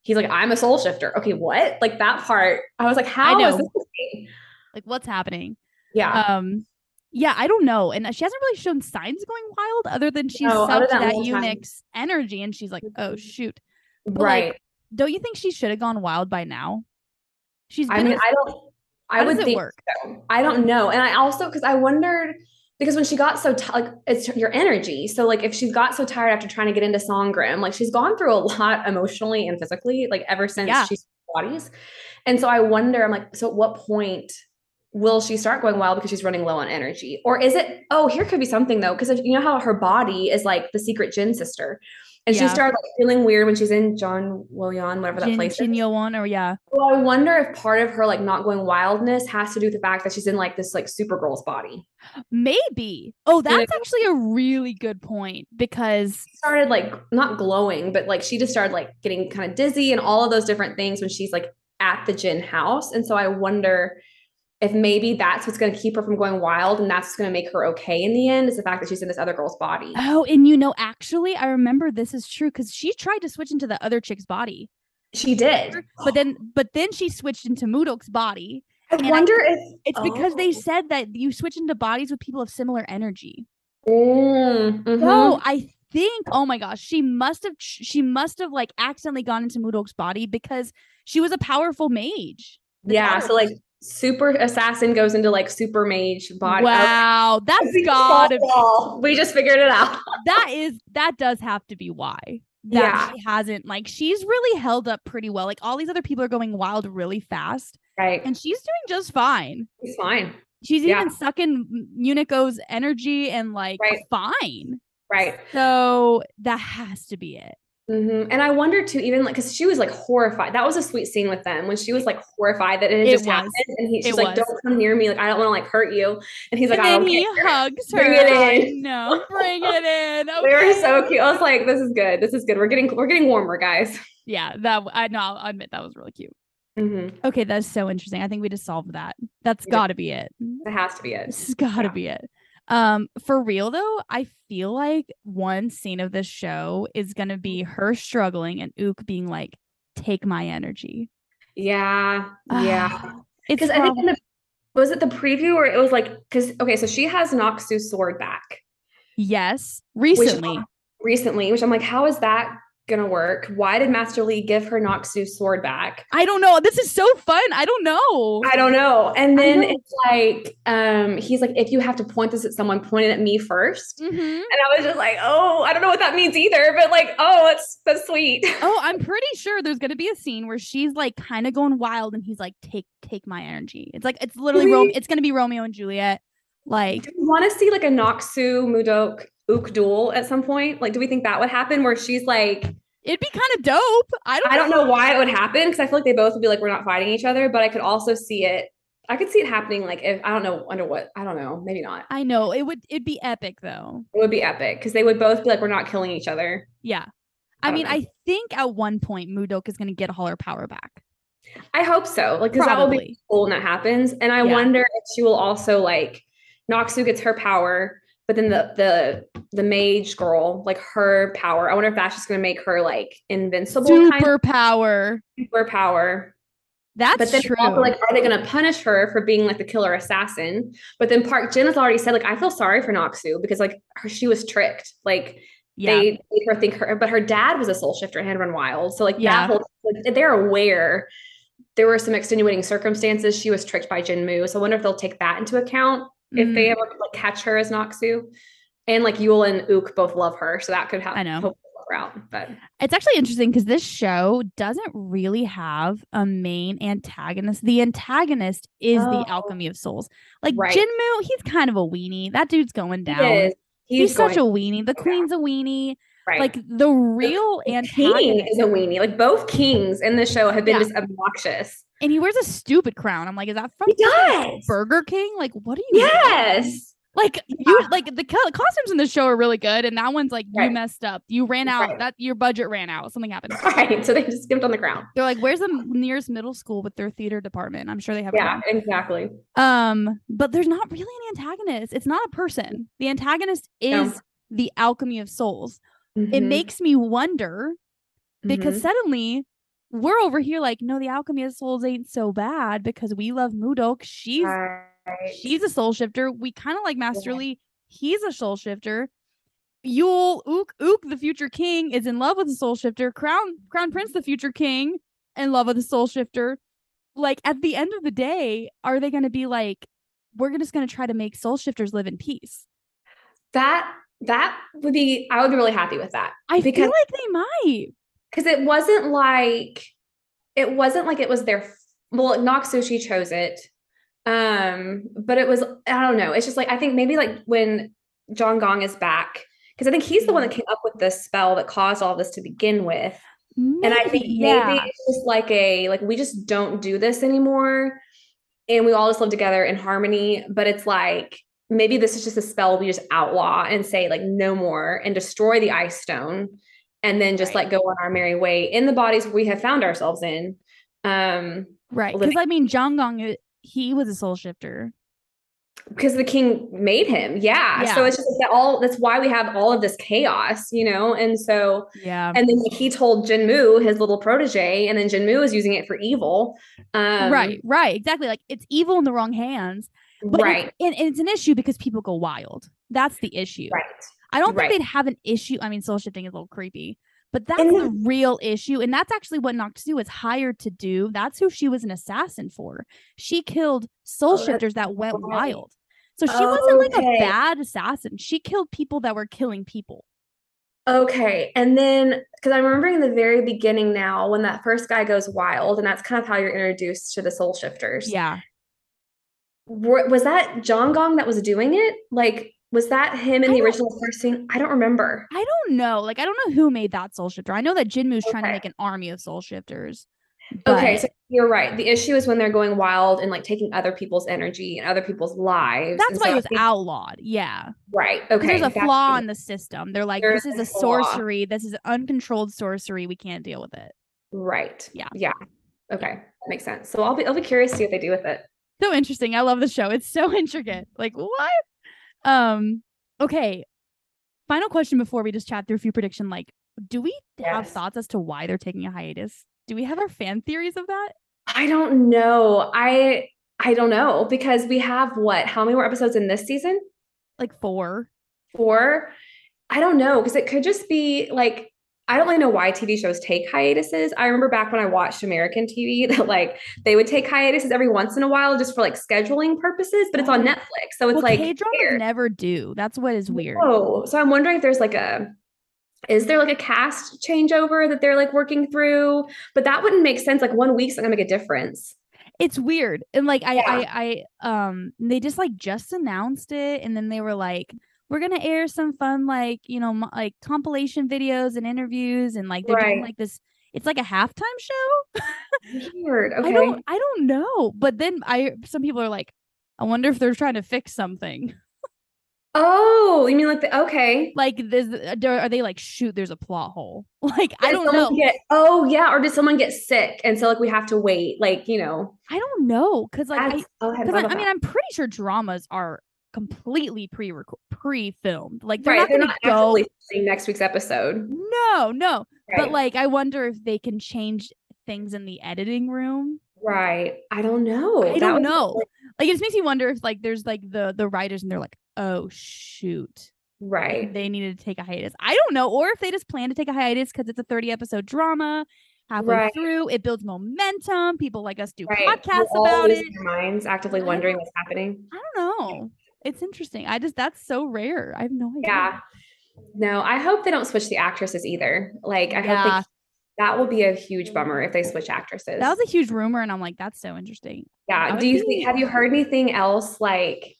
Speaker 2: he's like, I'm a soul shifter. Okay, what? Like that part. I was like, how
Speaker 1: know.
Speaker 2: is this a thing?
Speaker 1: like what's happening?
Speaker 2: Yeah.
Speaker 1: Um yeah, I don't know. And uh, she hasn't really shown signs of going wild other than she's
Speaker 2: No, other
Speaker 1: sucked
Speaker 2: than Mm-hmm.
Speaker 1: that
Speaker 2: one time.
Speaker 1: eunuch's energy and she's like, "Oh shoot." but, like,
Speaker 2: right.
Speaker 1: Don't you think she should have gone wild by now? She's been
Speaker 2: I mean,
Speaker 1: in-
Speaker 2: I don't I
Speaker 1: how
Speaker 2: would
Speaker 1: does it
Speaker 2: think
Speaker 1: work?
Speaker 2: so. I don't know. And I also because I wondered because when she got so t- like it's your energy. So like if she got so tired after trying to get into Songrim, like she's gone through a lot emotionally and physically, like ever since
Speaker 1: Yeah.
Speaker 2: she's bodies. And so I wonder, I'm like, so at what point will she start going wild because she's running low on energy? Or is it, oh, here could be something though, because you know how her body is like the secret Jin sister. And
Speaker 1: Yeah.
Speaker 2: she started like, feeling weird when she's in John Willian, whatever that
Speaker 1: Jin,
Speaker 2: place
Speaker 1: Jin
Speaker 2: is.
Speaker 1: Yoan or yeah.
Speaker 2: Well, I wonder if part of her like not going wildness has to do with the fact that she's in like this like Supergirl's body.
Speaker 1: Maybe. Oh,
Speaker 2: know?
Speaker 1: that's actually a really good point because
Speaker 2: She started like not glowing, but like she just started like getting kind of dizzy and all of those different things when she's like at the gin house. And so I wonder if maybe that's what's going to keep her from going wild and that's going to make her okay in the end is the fact that she's in this other girl's body.
Speaker 1: oh, and you know, actually, I remember this is true because she tried to switch into the other chick's body,
Speaker 2: She did.
Speaker 1: but then but then she switched into Moodok's body.
Speaker 2: I
Speaker 1: I-
Speaker 2: wonder if
Speaker 1: It's because they
Speaker 2: Oh.
Speaker 1: said that you switch into bodies with people of similar energy.
Speaker 2: Mm, mhm.
Speaker 1: No, I think. Oh my gosh, she must have. tr- She must have like accidentally gone into Moodok's body because she was a powerful mage. the
Speaker 2: yeah.
Speaker 1: daughter
Speaker 2: So like super assassin goes into like super mage body. oh.
Speaker 1: Wow, that's
Speaker 2: We just
Speaker 1: got to
Speaker 2: solved it all. We just figured it out.
Speaker 1: that is that does have to be why that
Speaker 2: Yeah.
Speaker 1: she hasn't like she's really held up pretty well like all these other people are going wild really fast
Speaker 2: Right.
Speaker 1: and she's doing just fine
Speaker 2: It's fine.
Speaker 1: she's
Speaker 2: Mm-hmm. Yeah.
Speaker 1: even sucking Unico's energy and like
Speaker 2: Right.
Speaker 1: fine
Speaker 2: Right.
Speaker 1: so that has to be it
Speaker 2: hmm And I wonder too, even like, because she was like horrified. That was a sweet scene with them when she was like horrified that it had
Speaker 1: It
Speaker 2: just
Speaker 1: was.
Speaker 2: happened. And he, she's
Speaker 1: It
Speaker 2: like,
Speaker 1: was.
Speaker 2: don't come near me. Like, I don't want to like hurt you. And he's like,
Speaker 1: and
Speaker 2: I
Speaker 1: then
Speaker 2: don't
Speaker 1: he
Speaker 2: care.
Speaker 1: hugs her
Speaker 2: Bring it
Speaker 1: I
Speaker 2: in.
Speaker 1: know bring it in
Speaker 2: They were
Speaker 1: okay.
Speaker 2: so cute. I was like, this is good. This is good. We're getting, we're getting warmer guys.
Speaker 1: yeah that i know i'll admit that was really cute
Speaker 2: hmm
Speaker 1: okay that's so interesting i think we just solved that that's
Speaker 2: We did.
Speaker 1: got to be it
Speaker 2: That has to be it.
Speaker 1: This has got to
Speaker 2: Yeah.
Speaker 1: be it. Um, for real though, I feel like one scene of this show is gonna be
Speaker 2: Mm.
Speaker 1: her struggling and Ook being like, "Take my energy." Ah,
Speaker 2: Yeah. Yeah.
Speaker 1: it's
Speaker 2: Because I think
Speaker 1: prob-
Speaker 2: in the, was it the preview or it was like, because, okay, so she has Noxu's sword back.
Speaker 1: yes, recently.
Speaker 2: recently, which I'm like, how is that gonna work? Why did Master Lee give her Noxu's sword back?
Speaker 1: I don't know. This is so fun. I don't know.
Speaker 2: I don't know. And
Speaker 1: I
Speaker 2: then
Speaker 1: know.
Speaker 2: it's like, um, he's like, if you have to point this at someone, point it at me first.
Speaker 1: Mhm.
Speaker 2: And I was just like, oh, I don't know what that means either, but like, oh, it's that's sweet.
Speaker 1: Oh, I'm pretty sure there's gonna be a scene where she's like kind of going wild, and he's like, "Take, take my energy." It's like it's literally Rome-
Speaker 2: we-
Speaker 1: it's gonna be Romeo and Juliet. Like,
Speaker 2: Do you want to see like a Noxu Mudok Ook duel at some point? Like, do we think that would happen where she's like,
Speaker 1: it'd be kind of dope. I don't.
Speaker 2: I don't know why it would happen because I feel like they both would be like, we're not fighting each other, but I could also see it. I could see it happening like if I don't know under what I don't know, maybe not.
Speaker 1: I know it would. It'd be epic though.
Speaker 2: It would be epic because they would both be like, we're not killing each other.
Speaker 1: Yeah. I,
Speaker 2: I don't
Speaker 1: mean,
Speaker 2: know.
Speaker 1: I think at one point Mudok is going to get all her power back.
Speaker 2: I hope so. Like, because that will be
Speaker 1: Probably.
Speaker 2: cool when that happens. And I
Speaker 1: Yeah.
Speaker 2: wonder if she will also like Noxu gets her power, but then the the the mage girl, like her power. I wonder if that's just gonna make her like invincible kind of
Speaker 1: Superpower.
Speaker 2: super power.
Speaker 1: That's
Speaker 2: But then it's
Speaker 1: true.
Speaker 2: also like, are they gonna punish her for being like the killer assassin? But then Park Jin has already said, like, I feel sorry for Noxu because like her, she was tricked. Like
Speaker 1: yeah.
Speaker 2: they made her think her but her dad was a soul shifter and had run wild so like
Speaker 1: Yeah.
Speaker 2: that whole like, they're aware there were some extenuating circumstances she was tricked by jin Mu. so i wonder if they'll take that into account if they
Speaker 1: Mm,
Speaker 2: ever like, catch her as noxu and like yule and ook both love her so that could happen
Speaker 1: I know.
Speaker 2: route. But
Speaker 1: It's actually interesting because this show doesn't really have a main antagonist. The antagonist is
Speaker 2: Oh.
Speaker 1: the alchemy of souls. Like
Speaker 2: Right.
Speaker 1: Jinmu, he's kind of a weenie. That dude's going
Speaker 2: he
Speaker 1: down.
Speaker 2: is-
Speaker 1: He's,
Speaker 2: going-
Speaker 1: such a weenie. The queen's a weenie.
Speaker 2: right.
Speaker 1: Like the real
Speaker 2: The king
Speaker 1: antagonist.
Speaker 2: is a weenie. Like both kings in this show have been
Speaker 1: Yeah.
Speaker 2: just obnoxious.
Speaker 1: and he wears a stupid crown. I'm like, is that from
Speaker 2: He does.
Speaker 1: Burger King? Like, what are you?
Speaker 2: Yes.
Speaker 1: Like you like the co- costumes in the show are really good, and that one's like you
Speaker 2: Right.
Speaker 1: messed up. You ran out.
Speaker 2: Right.
Speaker 1: That your budget ran out. Something happened.
Speaker 2: Right. So they just skimped on the crown.
Speaker 1: They're like, where's the nearest middle school with their theater department? I'm sure they have. one.
Speaker 2: Yeah, exactly.
Speaker 1: Um, but there's not really an antagonist. It's not a person. The antagonist
Speaker 2: No.
Speaker 1: is the alchemy of souls. It
Speaker 2: Mhm,
Speaker 1: makes me wonder because
Speaker 2: mhm.
Speaker 1: suddenly we're over here like, no, the alchemy of souls ain't so bad because we love Mudok. She's
Speaker 2: Right.
Speaker 1: she's a soul shifter. We kind of like Masterly. He's a soul shifter. Yule Ook Ook, the future king, is in love with the soul shifter. Crown Crown Prince, the future king, in love with the soul shifter. Like at the end of the day, are they going to be like, we're just going to try to make soul shifters live in peace?
Speaker 2: that that would be I would be really happy with that.
Speaker 1: I feel
Speaker 2: Because-
Speaker 1: like they might.
Speaker 2: Because it wasn't like it wasn't like it was their f- well, Noxushi chose it. Um, but it was I don't know. It's just like I think maybe like when John Gong is back, because I think he's the one that came up with this spell that caused all this to begin with. And I think
Speaker 1: Maybe, yeah.
Speaker 2: maybe it's just like a like we just don't do this anymore, and we all just live together in harmony. But it's like maybe this is just a spell we just outlaw and say like no more and destroy the ice stone, and then just
Speaker 1: Right.
Speaker 2: like go on our merry way in the bodies we have found ourselves in. Um,
Speaker 1: right. Because
Speaker 2: living-
Speaker 1: I mean, Zhang Gong, uh, he was a soul shifter.
Speaker 2: because the king made him, yeah. So
Speaker 1: Yeah.
Speaker 2: it's just that all that's why we have all of this chaos, you know. And so
Speaker 1: Yeah.
Speaker 2: and then he told Jinmu his little protege, and then Jinmu is using it for evil. Um,
Speaker 1: right. Right. Exactly. Like it's evil in the wrong hands. But it's-
Speaker 2: right,
Speaker 1: and, and it's an issue because people go wild. That's the issue.
Speaker 2: right.
Speaker 1: I don't think
Speaker 2: right.
Speaker 1: they'd have an issue. I mean, soul shifting is a little creepy, but that's
Speaker 2: And
Speaker 1: the real issue. And that's actually what Noctu was hired to do. That's who she was an assassin for. She killed soul
Speaker 2: Oh, that's
Speaker 1: shifters that went
Speaker 2: right.
Speaker 1: wild. So she wasn't like a
Speaker 2: Okay.
Speaker 1: bad assassin. She killed people that were killing people.
Speaker 2: Okay, and then because I'm remembering the very beginning now when that first guy goes wild, and that's kind of how you're introduced to the soul shifters.
Speaker 1: Yeah.
Speaker 2: Were- was that John Gong that was doing it? Like, was that him in
Speaker 1: I
Speaker 2: the
Speaker 1: don't-
Speaker 2: original first scene? I don't remember.
Speaker 1: I don't know. Like, I don't know who made that soul shifter. I know that Jinmu's trying to
Speaker 2: Okay.
Speaker 1: make an army of soul shifters.
Speaker 2: okay,
Speaker 1: but-
Speaker 2: so you're right. The issue is when they're going wild and like taking other people's energy and other people's lives.
Speaker 1: that's
Speaker 2: and
Speaker 1: why
Speaker 2: so
Speaker 1: it
Speaker 2: I
Speaker 1: was
Speaker 2: think-
Speaker 1: outlawed. Yeah.
Speaker 2: right.
Speaker 1: 'Cause
Speaker 2: Okay,
Speaker 1: there's a
Speaker 2: that's-
Speaker 1: flaw in the system. They're like,
Speaker 2: There
Speaker 1: this is
Speaker 2: is
Speaker 1: a
Speaker 2: a flaw.
Speaker 1: sorcery. This is uncontrolled sorcery. We can't deal with it.
Speaker 2: Right.
Speaker 1: Yeah.
Speaker 2: Yeah. Okay. That makes sense. So I'll be I'll be curious to see what they do with it.
Speaker 1: So interesting. I love the show. It's so intricate. Like what? Um. Okay. Final question before we just chat through a few prediction. Like, do we have
Speaker 2: Yes.
Speaker 1: thoughts as to why they're taking a hiatus? Do we have our fan theories of that?
Speaker 2: I don't know. I I don't know because we have what? How many more episodes in this season?
Speaker 1: Like four.
Speaker 2: Four. I don't know because it could just be like I don't really know why TV shows take hiatuses. I remember back when I watched American TV that like they would take hiatuses every once in a while just for like scheduling purposes, but it's on Netflix. So it's
Speaker 1: Oh. well,
Speaker 2: like
Speaker 1: K dramas
Speaker 2: weird.
Speaker 1: never do. That's what is weird.
Speaker 2: Oh, so I'm wondering if there's like a is there like a cast changeover that they're like working through? But that wouldn't make sense. Like one week's not gonna make a difference.
Speaker 1: It's weird. And like I,
Speaker 2: Yeah.
Speaker 1: I I um they just like just announced it and then they were like we're going to air some fun like, you know, mo- like compilation videos and interviews and like they're doing
Speaker 2: Right.
Speaker 1: like this it's like a halftime show.
Speaker 2: Weird. Okay.
Speaker 1: I don't I don't know. But then I some people are like I wonder if they're trying to fix something.
Speaker 2: oh, you mean like the okay.
Speaker 1: Like this uh, are they like shoot there's a plot hole. Like I
Speaker 2: Did
Speaker 1: don't
Speaker 2: someone
Speaker 1: know.
Speaker 2: get- oh yeah, or did someone get sick and so like we have to wait? Like, you know,
Speaker 1: I don't know cuz like I
Speaker 2: that's- oh, I hadn't
Speaker 1: Because
Speaker 2: thought
Speaker 1: I, I
Speaker 2: about
Speaker 1: mean,
Speaker 2: that.
Speaker 1: I'm pretty sure dramas are completely pre pre filmed. Like they're
Speaker 2: right. They're
Speaker 1: not
Speaker 2: not
Speaker 1: gonna go.
Speaker 2: actually seeing next week's episode.
Speaker 1: No, no. But
Speaker 2: Right.
Speaker 1: like, I wonder if they can change things in the editing room.
Speaker 2: right. I don't know.
Speaker 1: I
Speaker 2: That
Speaker 1: don't
Speaker 2: would be
Speaker 1: know.
Speaker 2: like-
Speaker 1: Like, it just makes me wonder if like there's like the the writers and they're like, oh shoot,
Speaker 2: Right.
Speaker 1: they needed to take a hiatus. I don't know, or if they just plan to take a hiatus because it's a 30 episode drama. Halfway
Speaker 2: Right.
Speaker 1: through, it builds momentum. People like us do
Speaker 2: Right. We're
Speaker 1: podcasts
Speaker 2: all
Speaker 1: about it.
Speaker 2: losing our minds actively
Speaker 1: I
Speaker 2: wondering what's happening.
Speaker 1: I don't know. It's interesting. I just that's so rare. I have no idea.
Speaker 2: Yeah. No, I hope they don't switch the actresses either. Like I hope
Speaker 1: Yeah.
Speaker 2: they, that will be a huge bummer if they switch actresses.
Speaker 1: That was a huge rumor, and I'm like, that's so interesting. I
Speaker 2: yeah.
Speaker 1: would
Speaker 2: Do
Speaker 1: be-
Speaker 2: you think have you heard anything else like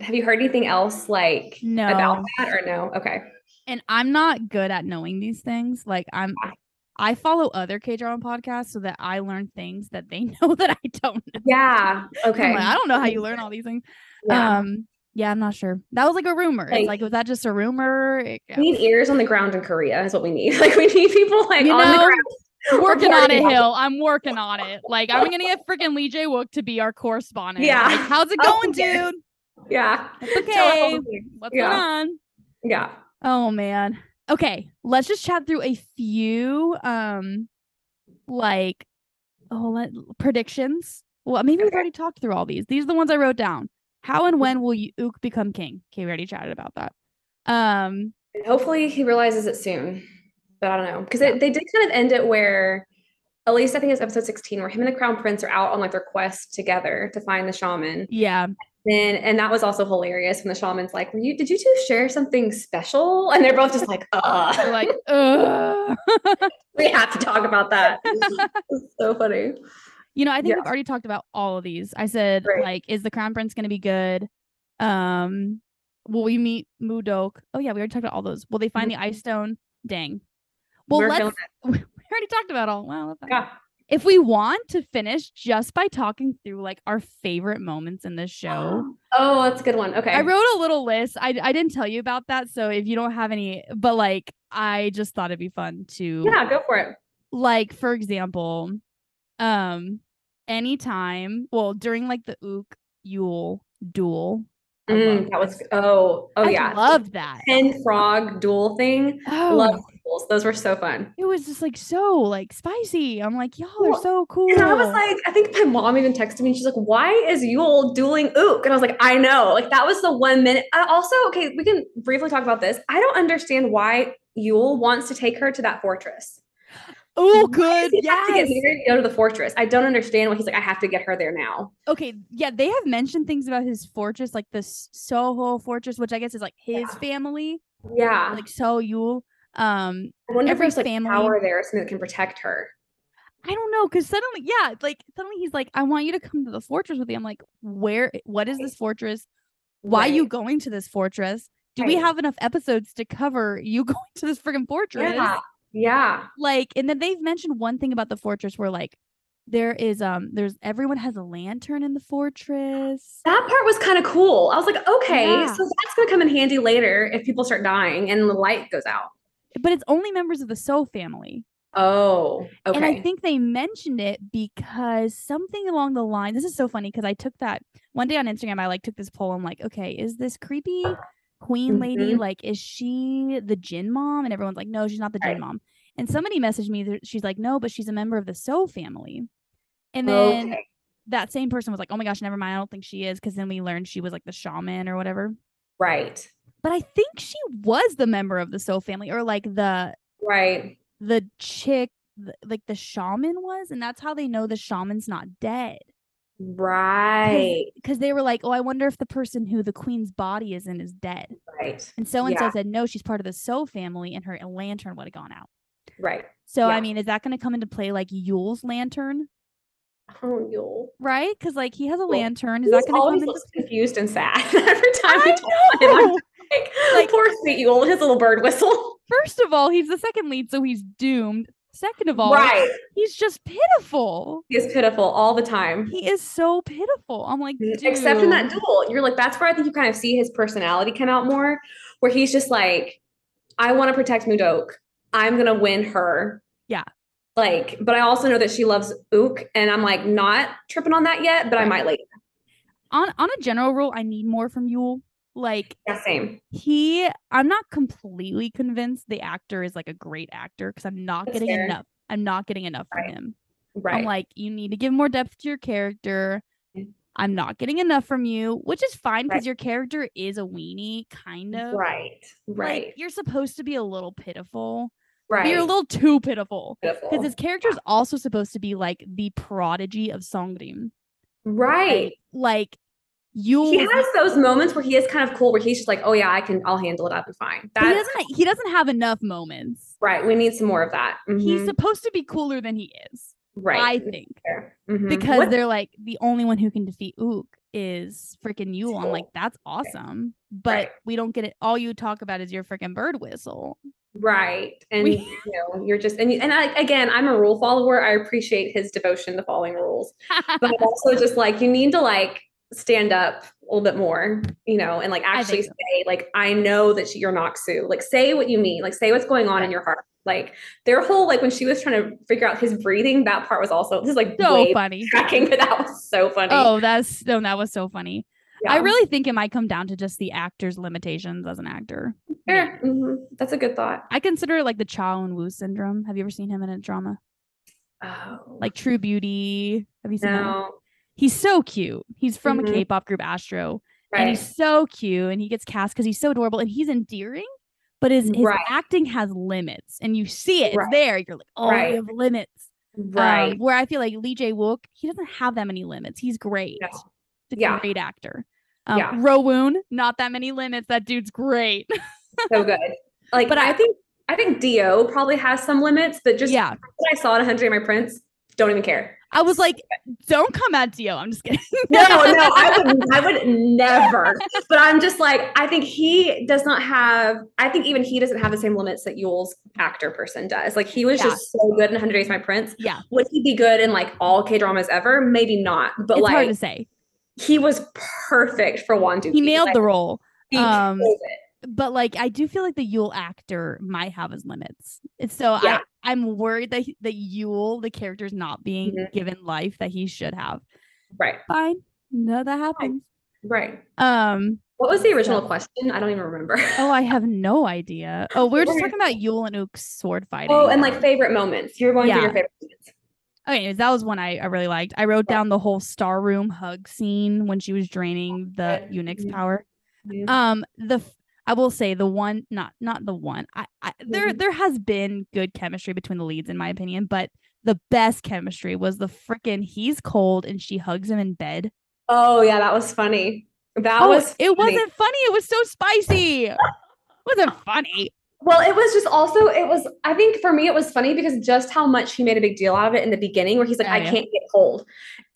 Speaker 2: have you heard anything else like
Speaker 1: No,
Speaker 2: about that or no? Okay.
Speaker 1: and I'm not good at knowing these things. Like I'm,
Speaker 2: Yeah.
Speaker 1: I follow other K drama podcasts so that I learn things that they know that I don't. know.
Speaker 2: Yeah.
Speaker 1: I'm
Speaker 2: Okay.
Speaker 1: like, I don't know how you learn all these things.
Speaker 2: Yeah.
Speaker 1: Um, yeah, I'm not sure. That was like a rumor. It's
Speaker 2: Like-
Speaker 1: like, was that just a rumor? It- yeah.
Speaker 2: we need ears on the ground in Korea is what we need. Like we need people like
Speaker 1: You
Speaker 2: on the
Speaker 1: know,
Speaker 2: ground.
Speaker 1: working on it,
Speaker 2: reporting.
Speaker 1: Hill. I'm working on it. Like I'm gonna get freaking Lee J Wook to be our correspondent.
Speaker 2: Yeah.
Speaker 1: Like, how's it
Speaker 2: Oh,
Speaker 1: going,
Speaker 2: yes.
Speaker 1: dude?
Speaker 2: Yeah.
Speaker 1: It's
Speaker 2: Tell us all
Speaker 1: okay.
Speaker 2: the things.
Speaker 1: What's
Speaker 2: Yeah.
Speaker 1: going on?
Speaker 2: Yeah.
Speaker 1: Oh man. Okay, let's just chat through a few um like oh let, predictions. Well, maybe we've
Speaker 2: Okay.
Speaker 1: already talked through all these. These are the ones I wrote down. How and when will you Ook become king? Okay, we already chatted about that. Um
Speaker 2: And hopefully he realizes it soon, but I don't know because they did kind of end it where, at least I think it's episode sixteen, where him and the crown prince are out on like their quest together to find the shaman.
Speaker 1: yeah.
Speaker 2: Then and that was also hilarious when the shaman's like, "Were you? Did you two share something special?" And they're both just like,
Speaker 1: We're
Speaker 2: "Uh,
Speaker 1: like, ugh.
Speaker 2: we have to talk about that." It's so funny.
Speaker 1: You know, I think
Speaker 2: Yeah.
Speaker 1: we've already talked about all of these. I said
Speaker 2: Right.
Speaker 1: like, is the crown prince going to be good? Um, will we meet Mudok? Oh yeah, we already talked about all those. Will they find the ice stone? Dang. Well,
Speaker 2: Mm-hmm. We're feeling
Speaker 1: let's. We already talked about all. Wow. that's-
Speaker 2: Yeah,
Speaker 1: If we want to finish just by talking through like our favorite moments in this show,
Speaker 2: Oh, that's a good one. Okay,
Speaker 1: I wrote a little list. I I didn't tell you about that, so if you don't have any, but like I just thought it'd be fun to
Speaker 2: Yeah, go for it.
Speaker 1: like for example um anytime well during like the ook yule duel I
Speaker 2: Mm,
Speaker 1: love
Speaker 2: that was
Speaker 1: this.
Speaker 2: oh oh
Speaker 1: i
Speaker 2: yeah.
Speaker 1: love that
Speaker 2: Ten frog duel thing.
Speaker 1: oh,
Speaker 2: Love duels. Those were so fun.
Speaker 1: it was just like so like spicy i'm like y'all are
Speaker 2: Well,
Speaker 1: so cool
Speaker 2: And I was like, I think my mom even texted me and she's like, why is Yule dueling Ook? And I was like, I know. Like that was the one minute. I also, okay, we can briefly talk about this. I don't understand why Yule wants to take her to that fortress.
Speaker 1: oh
Speaker 2: Why
Speaker 1: good
Speaker 2: does he have to get
Speaker 1: yes
Speaker 2: married and go to the fortress. I don't understand why he's like, I have to get her there now.
Speaker 1: okay yeah they have mentioned things about his fortress like this soho fortress which i guess is like his
Speaker 2: Yeah.
Speaker 1: family
Speaker 2: Yeah.
Speaker 1: like so yule um
Speaker 2: I wonder if
Speaker 1: every
Speaker 2: there's like
Speaker 1: family-
Speaker 2: power there or something that can protect her.
Speaker 1: I don't know, because suddenly, yeah, like suddenly he's like, I want you to come to the fortress with me. I'm like, where? What is this fortress? Why are you
Speaker 2: Right.
Speaker 1: going to this fortress? Do we
Speaker 2: Right.
Speaker 1: have enough episodes to cover you going to this freaking fortress?
Speaker 2: Yeah. Yeah.
Speaker 1: Like, and then they've mentioned one thing about the fortress where like there is um there's everyone has a lantern in the fortress.
Speaker 2: That part was kind of cool. I was like, okay,
Speaker 1: Yeah.
Speaker 2: so that's going to come in handy later if people start dying and the light goes out.
Speaker 1: But it's only members of the So family.
Speaker 2: Oh, okay.
Speaker 1: And I think they mentioned it because something along the line. This is so funny because I took that one day on Instagram. I like took this poll. I'm like, okay, is this creepy queen lady?
Speaker 2: Mhm.
Speaker 1: Like, is she the gin mom? And everyone's like, no, she's not the gin
Speaker 2: Right.
Speaker 1: mom. And somebody messaged me. that She's like, no, but she's a member of the So family. And then
Speaker 2: Okay.
Speaker 1: that same person was like, oh my gosh, never mind. I don't think she is. Because then we learned she was like the shaman or whatever.
Speaker 2: Right.
Speaker 1: But I think she was the member of the So family or like the
Speaker 2: Right.
Speaker 1: the chick th- like the shaman was and that's how they know the shaman's not dead
Speaker 2: Right.
Speaker 1: because they were like oh i wonder if the person who the queen's body is in is dead
Speaker 2: Right.
Speaker 1: and so and so
Speaker 2: Yeah.
Speaker 1: said no she's part of the so family and her lantern would have gone out
Speaker 2: Right.
Speaker 1: so i
Speaker 2: Yeah.
Speaker 1: mean is that going to come into play like yule's lantern
Speaker 2: Oh, Yule.
Speaker 1: right because like he has a
Speaker 2: Well,
Speaker 1: lantern is
Speaker 2: He's
Speaker 1: that going to come
Speaker 2: always
Speaker 1: into
Speaker 2: looks confused and sad every time we talk to him. I'm
Speaker 1: Oh,
Speaker 2: like,
Speaker 1: Like-
Speaker 2: poor sweet Yule, his little bird whistle.
Speaker 1: first of all he's the second lead so he's doomed second of all
Speaker 2: Right.
Speaker 1: he's just pitiful
Speaker 2: He is pitiful all the time.
Speaker 1: he is so pitiful i'm like
Speaker 2: Except in that
Speaker 1: "Dude."
Speaker 2: duel, you're like, that's where I think you kind of see his personality come out more, where he's just like, I want to protect Mudok. I'm gonna win her.
Speaker 1: Yeah.
Speaker 2: Like, but I also know that she loves Ook, and I'm like not tripping on that yet, but I
Speaker 1: Right.
Speaker 2: might later.
Speaker 1: on on a general rule, I need more from Yule. Like
Speaker 2: Yeah, same.
Speaker 1: he, I'm not completely convinced the actor is like a great actor because I'm not
Speaker 2: That's
Speaker 1: getting
Speaker 2: fair.
Speaker 1: enough. I'm not getting enough from
Speaker 2: Right.
Speaker 1: him.
Speaker 2: Right.
Speaker 1: I'm like, you need to give more depth to your character.
Speaker 2: Mm.
Speaker 1: I'm not getting enough from you, which is fine because
Speaker 2: Right.
Speaker 1: your character is a weenie, kind of.
Speaker 2: Right, right,
Speaker 1: oh, Like you're supposed to be a little pitiful. but
Speaker 2: right. Oh,
Speaker 1: You're a little too pitiful. Because
Speaker 2: Beautiful.
Speaker 1: his character is also supposed to be like the prodigy of Songrim.
Speaker 2: right,
Speaker 1: Like you'll
Speaker 2: He has those moments where he is kind of cool, where he's just like, "Oh yeah, I can, I'll handle it. I'll be fine."
Speaker 1: but he
Speaker 2: That's
Speaker 1: doesn't he doesn't have enough moments.
Speaker 2: right. We need some more of that.
Speaker 1: He's
Speaker 2: Mhm.
Speaker 1: supposed to be cooler than he is. I
Speaker 2: right
Speaker 1: think.
Speaker 2: there. Mhm.
Speaker 1: Because
Speaker 2: What-
Speaker 1: they're like the only one who can defeat Ook is freaking Yule. I'm like, that's awesome. But
Speaker 2: Right.
Speaker 1: we don't get it. All you talk about is your freaking bird whistle.
Speaker 2: right, and
Speaker 1: We-
Speaker 2: you know, you're just and you, and I, again, I'm a rule follower. I appreciate his devotion to following rules, but I'm also just like you need to like stand up a little bit more, you know, and like
Speaker 1: I think
Speaker 2: actually
Speaker 1: so.
Speaker 2: say like I know that you're not Sue. Like say what you mean. Like say what's going on in your heart. Like their whole like when she was trying to figure out his breathing, that part was also this is like
Speaker 1: so
Speaker 2: way
Speaker 1: funny.
Speaker 2: tracking, but that was so funny.
Speaker 1: Oh, that's no, that was so funny. I
Speaker 2: Yeah.
Speaker 1: really think it might come down to just the actor's limitations as an actor.
Speaker 2: Sure. Mhm. that's a good thought.
Speaker 1: I consider it like the Chow and Woo syndrome. Have you ever seen him in a drama?
Speaker 2: Oh,
Speaker 1: Like True Beauty. Have you seen that? one?
Speaker 2: no,
Speaker 1: He's so cute. He's from a
Speaker 2: Mhm.
Speaker 1: K-pop group Astro.
Speaker 2: right.
Speaker 1: and he's so cute and he gets cast because he's so adorable and he's endearing but his, his
Speaker 2: Right.
Speaker 1: acting has limits and you see it it's
Speaker 2: Right.
Speaker 1: there you're like oh
Speaker 2: Right.
Speaker 1: you have limits Um,
Speaker 2: right.
Speaker 1: where i feel like lee j wook he doesn't have that many limits he's great
Speaker 2: No.
Speaker 1: he's a
Speaker 2: Yeah.
Speaker 1: great actor um,
Speaker 2: Yeah.
Speaker 1: Rowoon, not that many limits. That dude's great.
Speaker 2: so good. Like,
Speaker 1: But
Speaker 2: but
Speaker 1: I-
Speaker 2: I, think I think Dio probably has some limits, but just
Speaker 1: yeah,
Speaker 2: what I saw in 100 My Prince, don't even care.
Speaker 1: I was like, don't come at Dio. I'm just kidding.
Speaker 2: No, no, I would, I would never. But I'm just like, I think he does not have. I think even he doesn't have the same limits that Yule's actor person does. Like he was
Speaker 1: Yeah.
Speaker 2: just so good in 100 Days My Prince.
Speaker 1: Yeah.
Speaker 2: Would he be good in like all K dramas ever? Maybe not. But
Speaker 1: it's hard
Speaker 2: like
Speaker 1: to say.
Speaker 2: he was perfect for Wandu.
Speaker 1: He nailed the role,
Speaker 2: He
Speaker 1: um,
Speaker 2: killed it.
Speaker 1: but like I do feel like the Yule actor might have his limits. And so
Speaker 2: Yeah.
Speaker 1: I I'm worried that he- that Yule the character's not being
Speaker 2: Mhm.
Speaker 1: given life that he should have.
Speaker 2: Right.
Speaker 1: Fine. No, that happens.
Speaker 2: Right.
Speaker 1: Um
Speaker 2: What was the original question? I don't even remember.
Speaker 1: oh I have no idea. Oh, we were just
Speaker 2: We're-
Speaker 1: talking about Yule and Ook sword fighting.
Speaker 2: Oh, and like favorite moments. You're going through
Speaker 1: Yeah.
Speaker 2: your favorite moments.
Speaker 1: okay, anyways, that was one I, I really liked. I wrote down the whole star room hug scene when she was draining the
Speaker 2: Good.
Speaker 1: eunuch's
Speaker 2: Mhm.
Speaker 1: power.
Speaker 2: Mhm.
Speaker 1: Um the f- I will say the one not not the one. I, I there
Speaker 2: Mhm.
Speaker 1: there has been good chemistry between the leads in my opinion, but the best chemistry was the freaking he's cold and she hugs him in bed.
Speaker 2: Oh yeah, that was funny. That
Speaker 1: Oh,
Speaker 2: was
Speaker 1: it
Speaker 2: funny.
Speaker 1: wasn't funny. It was so spicy. it wasn't funny.
Speaker 2: well, it was just also it was I think for me it was funny because just how much he made a big deal out of it in the beginning where he's like,
Speaker 1: Oh,
Speaker 2: I
Speaker 1: yeah.
Speaker 2: can't get cold.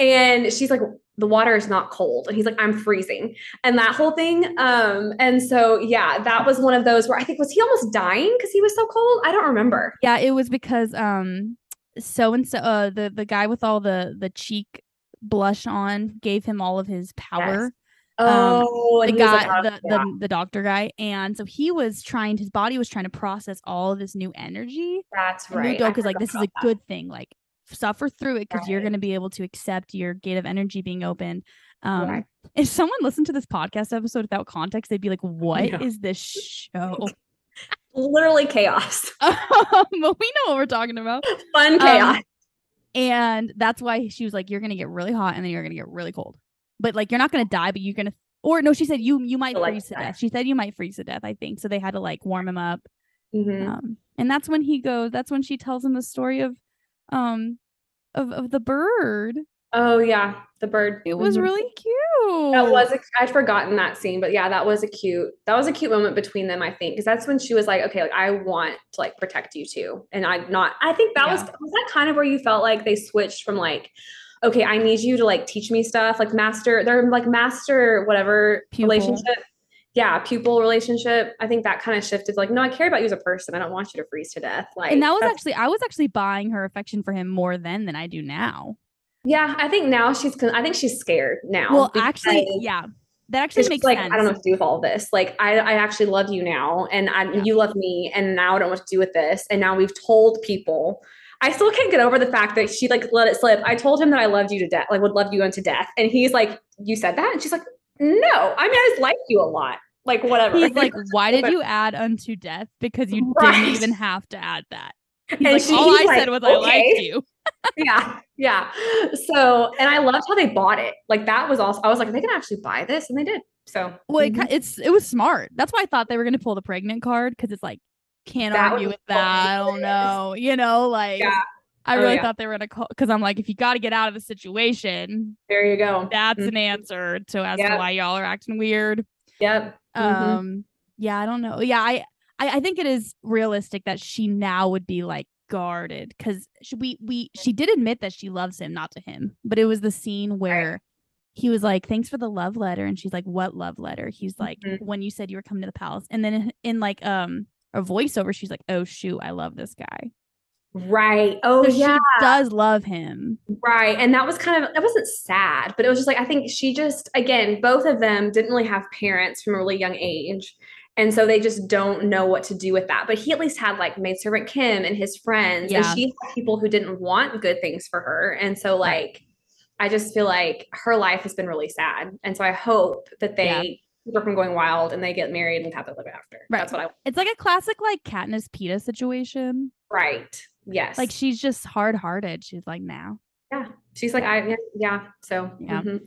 Speaker 2: And she's like, the water is not cold. And he's like, I'm freezing. And that whole thing. Um, and so yeah, that was one of those where I think was he almost dying because he was so cold? I don't remember.
Speaker 1: Yeah, it was because um so and so uh the the guy with all the the cheek blush on gave him all of his power. the
Speaker 2: Oh, and he was like,
Speaker 1: guy,
Speaker 2: "Oh,
Speaker 1: Um, the,
Speaker 2: yeah."
Speaker 1: the the doctor guy, and so he was trying. His body was trying to process all of this new energy.
Speaker 2: that's
Speaker 1: And
Speaker 2: right.
Speaker 1: New
Speaker 2: I
Speaker 1: Doka's like,
Speaker 2: forgot
Speaker 1: "This is
Speaker 2: about
Speaker 1: a
Speaker 2: that.
Speaker 1: good thing. Like, suffer through it because you're
Speaker 2: Right.
Speaker 1: going to be able to accept your gate of energy being opened." Um,
Speaker 2: Right.
Speaker 1: If someone listened to this podcast episode without context, they'd be like, "What is
Speaker 2: know.
Speaker 1: this show?" Um,
Speaker 2: literally chaos.
Speaker 1: but we know what we're talking about. Um,
Speaker 2: Fun chaos.
Speaker 1: And that's why she was like, "You're going to get really hot, and then you're going to get really cold. But like, you're not going to die, but you're going to." Or no, she said you you might
Speaker 2: You'll, like,
Speaker 1: freeze to
Speaker 2: die.
Speaker 1: death. She said you might freeze to death. I think so. They had to like warm him up,
Speaker 2: Mhm.
Speaker 1: um, and that's when he goes. That's when she tells him the story of, um, of of the bird.
Speaker 2: Oh yeah, the bird.
Speaker 1: It was
Speaker 2: Mhm.
Speaker 1: really cute.
Speaker 2: That was a, I'd forgotten that scene, but yeah, that was a cute that was a cute moment between them. I think because that's when she was like, okay, like I want to like protect you too, and I'm not. I think that was was that kind of where you felt like they switched from like, okay, I need you to like teach me stuff, like master. They're like master whatever
Speaker 1: Pupil.
Speaker 2: relationship. Yeah, pupil relationship. I think that kind of shifted. Like, no, I care about you as a person. I don't want you to freeze to death. Like,
Speaker 1: and that was
Speaker 2: that's-
Speaker 1: actually I was actually buying her affection for him more then than I do now.
Speaker 2: yeah. I think now she's. con- I think she's scared now.
Speaker 1: Well, actually,
Speaker 2: because-
Speaker 1: yeah, that actually
Speaker 2: it's
Speaker 1: makes
Speaker 2: just like
Speaker 1: sense.
Speaker 2: I don't know what to do with all this. Like I, I actually love you now, and I,
Speaker 1: Yeah.
Speaker 2: you love me, and now I don't know what to do with this. And now we've told people. I still can't get over the fact that she like let it slip. I told him that I loved you to death, like would love you unto death, and he's like, "You said that," and she's like, "No, I mean I just like you a lot, like whatever."
Speaker 1: He's like, why did
Speaker 2: But-
Speaker 1: you add unto death? Because you
Speaker 2: Right.
Speaker 1: didn't even have to add that. He's
Speaker 2: And
Speaker 1: like,
Speaker 2: she-
Speaker 1: all I
Speaker 2: he's like,
Speaker 1: said was I
Speaker 2: "Okay."
Speaker 1: liked you.
Speaker 2: yeah, yeah. So, and I loved how they bought it. Like that was also. I was like, they can actually buy this, and they did. So
Speaker 1: Well, it,
Speaker 2: mhm.
Speaker 1: ki- it's it was smart. That's why I thought they were gonna pull the pregnant card because it's like can't
Speaker 2: That
Speaker 1: argue
Speaker 2: was
Speaker 1: with that. I don't
Speaker 2: hilarious.
Speaker 1: know. You know, like
Speaker 2: Yeah.
Speaker 1: I
Speaker 2: Oh,
Speaker 1: really
Speaker 2: yeah.
Speaker 1: thought they were gonna call because I'm like, if you got to get out of the situation,
Speaker 2: There you go.
Speaker 1: that's
Speaker 2: Mhm.
Speaker 1: an answer to as to
Speaker 2: Yep.
Speaker 1: why y'all are acting weird.
Speaker 2: Yep. Mhm.
Speaker 1: Um, yeah, I don't know. Yeah, I, I I think it is realistic that she now would be like guarded because we we she did admit that she loves him, not to him, but it was the scene where. He was like, "Thanks for the love letter," and she's like, "What love letter?" He's like,
Speaker 2: Mhm.
Speaker 1: "When you said you were coming to the palace," and then in, in like um a voiceover, she's like, "Oh shoot, I love this guy."
Speaker 2: Right. Oh
Speaker 1: So
Speaker 2: yeah.
Speaker 1: she does love him.
Speaker 2: Right. And that was kind of that wasn't sad, but it was just like I think she just again, both of them didn't really have parents from a really young age. And so they just don't know what to do with that. But he at least had like maidservant Kim and his friends.
Speaker 1: Yeah.
Speaker 2: And she had people who didn't want good things for her. And so like I just feel like her life has been really sad. And so I hope that they
Speaker 1: Yeah.
Speaker 2: keep her from going wild and they get married and have their live after.
Speaker 1: Right.
Speaker 2: That's what I
Speaker 1: It's like a classic like Katniss Peta situation.
Speaker 2: right. Yes.
Speaker 1: Like she's just hard hearted. She's like now.
Speaker 2: yeah. She's like, I yeah, yeah. So
Speaker 1: Yeah.
Speaker 2: mhm.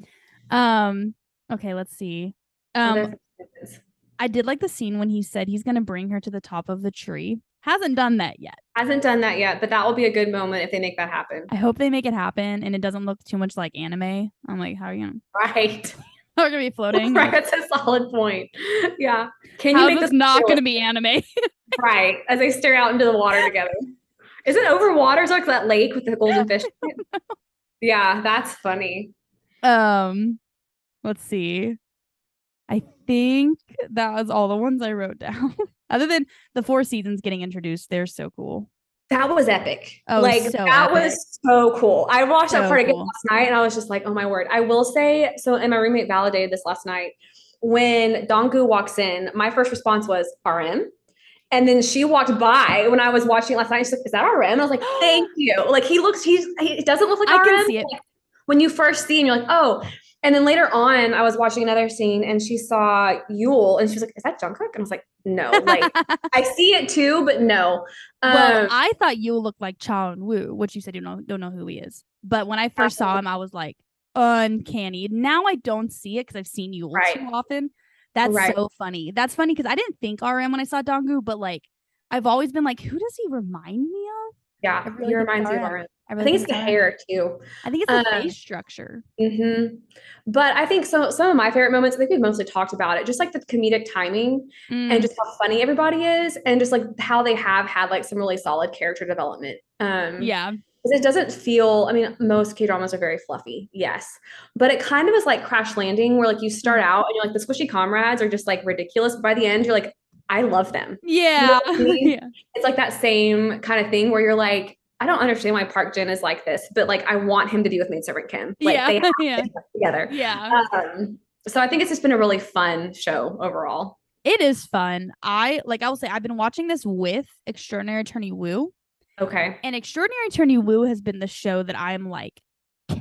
Speaker 1: Um. Okay. Let's see.
Speaker 2: So
Speaker 1: Um.
Speaker 2: there's-
Speaker 1: I did like the scene when he said he's gonna bring her to the top of the tree. Hasn't done that yet.
Speaker 2: Hasn't done that yet, but that will be a good moment if they make that happen.
Speaker 1: I hope they make it happen and it doesn't look too much like anime. I'm like, how are you gonna?
Speaker 2: Right.
Speaker 1: How are we gonna be floating? Like,
Speaker 2: right. That's a solid point. Yeah. Can you
Speaker 1: How's
Speaker 2: make
Speaker 1: this
Speaker 2: this
Speaker 1: not
Speaker 2: real?
Speaker 1: gonna be anime?
Speaker 2: right as they stare out into the water together? Is it over water? It's like that lake with the golden fish. in it? Yeah, that's funny.
Speaker 1: um. Let's see. I think that was all the ones I wrote down. Other than the four seasons getting introduced, they're so cool.
Speaker 2: That was epic.
Speaker 1: Oh,
Speaker 2: like
Speaker 1: so
Speaker 2: that was so cool. I watched
Speaker 1: So
Speaker 2: that part again
Speaker 1: cool.
Speaker 2: last night and I was just like, oh my word. I will say, so and my roommate validated this last night. When Dongu walks in, my first response was RM. And then she walked by when I was watching it last night. She's like, is that RM? And I was like, thank you. Like he looks, he's he doesn't look like
Speaker 1: I
Speaker 2: RM.
Speaker 1: can see it.
Speaker 2: Like, when you first see him, you're like, oh. And then later on, I was watching another scene and she saw Yule and she was like, is that Jungkook? And I was like, no, like I see it too, but no.
Speaker 1: Well,
Speaker 2: Um,
Speaker 1: I thought you looked like Chao and Wu, which you said you don't don't know who he is. But when I first saw him, I was like uncanny. Now I don't see it because I've seen you
Speaker 2: Right.
Speaker 1: too often. That's
Speaker 2: Right.
Speaker 1: so funny. That's funny because I didn't think RM when I saw Dongu, but like I've always been like, who does he remind me of?
Speaker 2: Yeah,
Speaker 1: I really
Speaker 2: he
Speaker 1: think they
Speaker 2: reminds me of
Speaker 1: are.
Speaker 2: Oren.
Speaker 1: I,
Speaker 2: I
Speaker 1: really
Speaker 2: think it's the
Speaker 1: RM.
Speaker 2: hair too.
Speaker 1: I think it's the
Speaker 2: Um,
Speaker 1: face structure.
Speaker 2: hmm But I think so. Some of my favorite moments. I think we've mostly talked about it, just like the comedic timing
Speaker 1: Mm,
Speaker 2: and just how funny everybody is, and just like how they have had like some really solid character development. Um,
Speaker 1: yeah,
Speaker 2: 'cause it doesn't feel. I mean, most K dramas are very fluffy, yes, but it kind of is like Crash Landing, where like you start
Speaker 1: Mm-hmm.
Speaker 2: out and you're like the squishy comrades are just like ridiculous. But by the end, you're like, I love them.
Speaker 1: yeah,
Speaker 2: I mean?
Speaker 1: yeah.
Speaker 2: it's like that same kind of thing where you're like, I don't understand why Park Jin is like this, but like I want him to be with maidservant Kim. Like
Speaker 1: yeah,
Speaker 2: they have
Speaker 1: yeah,
Speaker 2: to be together.
Speaker 1: yeah.
Speaker 2: Um, so I think it's just been a really fun show overall.
Speaker 1: It is fun. I like. I will say I've been watching this with Extraordinary Attorney Wu,
Speaker 2: Okay.
Speaker 1: And Extraordinary Attorney Woo has been the show that I'm like,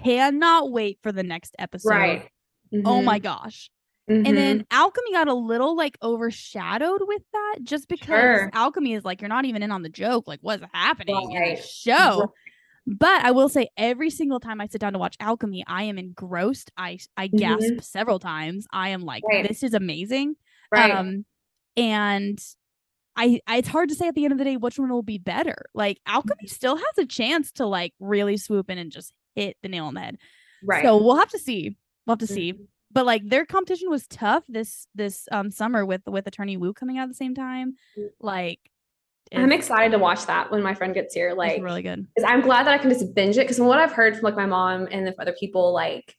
Speaker 1: cannot wait for the next episode.
Speaker 2: right.
Speaker 1: Oh
Speaker 2: Mhm.
Speaker 1: my gosh.
Speaker 2: Mhm.
Speaker 1: And then Alchemy got a little like overshadowed with that just because
Speaker 2: Sure.
Speaker 1: Alchemy is like, you're not even in on the joke. Like, what's happening in the
Speaker 2: Right.
Speaker 1: show? But I will say, every single time I sit down to watch Alchemy, I am engrossed. I I
Speaker 2: Mhm.
Speaker 1: gasp several times. I am like,
Speaker 2: Right.
Speaker 1: this is amazing.
Speaker 2: right.
Speaker 1: Um, and I, I, it's hard to say at the end of the day which one will be better. Like
Speaker 2: Mm-hmm.
Speaker 1: Alchemy still has a chance to like really swoop in and just hit the nail on the head.
Speaker 2: right.
Speaker 1: So we'll have to see. We'll have to
Speaker 2: Mhm.
Speaker 1: see. But like their competition was tough this this um summer with with Attorney Wu coming out at the same time.
Speaker 2: Mhm.
Speaker 1: Like
Speaker 2: I'm
Speaker 1: it's-
Speaker 2: excited to watch that when my friend gets here.
Speaker 1: it's
Speaker 2: Like
Speaker 1: really good.
Speaker 2: 'cause I'm glad that I can just binge it. Cause from what I've heard from like my mom and then from other people, like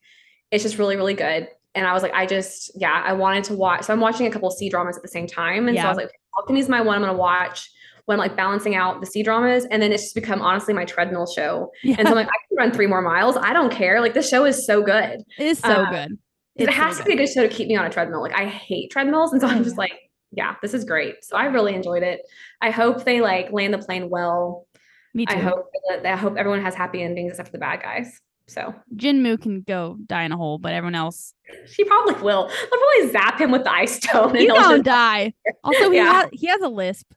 Speaker 2: it's just really, really good. And I was like, I just, yeah, I wanted to watch. So I'm watching a couple C dramas at the same time. And so
Speaker 1: Yeah.
Speaker 2: I was like, okay, Alchemy's my one I'm going to watch when I'm like balancing out the C dramas. And then it's just become honestly my treadmill show.
Speaker 1: Yeah,
Speaker 2: And so I'm like, I can run three more miles. I don't care. Like this show is so good.
Speaker 1: it is so
Speaker 2: uh,
Speaker 1: good.
Speaker 2: It
Speaker 1: It's so
Speaker 2: has to
Speaker 1: good.
Speaker 2: be a good show to keep me on a treadmill. Like I hate treadmills. And so
Speaker 1: Oh,
Speaker 2: I'm just
Speaker 1: yeah.
Speaker 2: like, yeah, this is great. So I really enjoyed it. I hope they like land the plane well.
Speaker 1: Me too.
Speaker 2: I hope that I hope everyone has happy endings except for the bad guys. So
Speaker 1: Jinmu can go die in a hole, but everyone else
Speaker 2: she probably will. They'll probably zap him with the ice stone.
Speaker 1: you
Speaker 2: he'll just-
Speaker 1: don't die. Also, he
Speaker 2: Yeah.
Speaker 1: has, he has a lisp.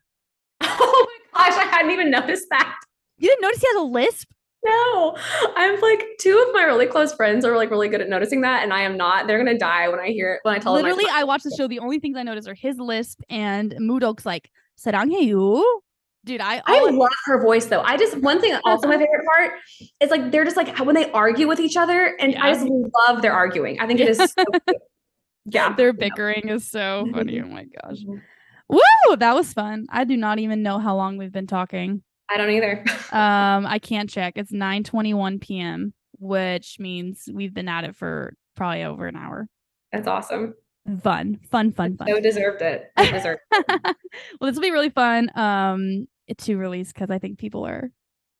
Speaker 2: Oh my gosh, I hadn't even noticed that.
Speaker 1: You didn't notice he has a lisp?
Speaker 2: No, I'm like two of my really close friends are like really good at noticing that, and I am not. They're gonna die when I hear it when I tell them.
Speaker 1: Literally,
Speaker 2: I,
Speaker 1: I watched the show. The only things I noticed are his lisp and Mudok's like Saranghaeyu. dude, I
Speaker 2: I love her voice though. I just one thing also my favorite part is like they're just like when they argue with each other, and I
Speaker 1: Yeah.
Speaker 2: just love their arguing. I think it is. So cute. Yeah,
Speaker 1: their bickering is so funny. Oh my gosh. Woo! That was fun. I do not even know how long we've been talking.
Speaker 2: I don't either.
Speaker 1: Um, I can't check. It's 9 21 p.m., which means we've been at it for probably over an hour.
Speaker 2: That's awesome.
Speaker 1: Fun, fun, fun, fun.
Speaker 2: So deserved it. They deserved. it.
Speaker 1: well, this will be really fun um to release because I think people are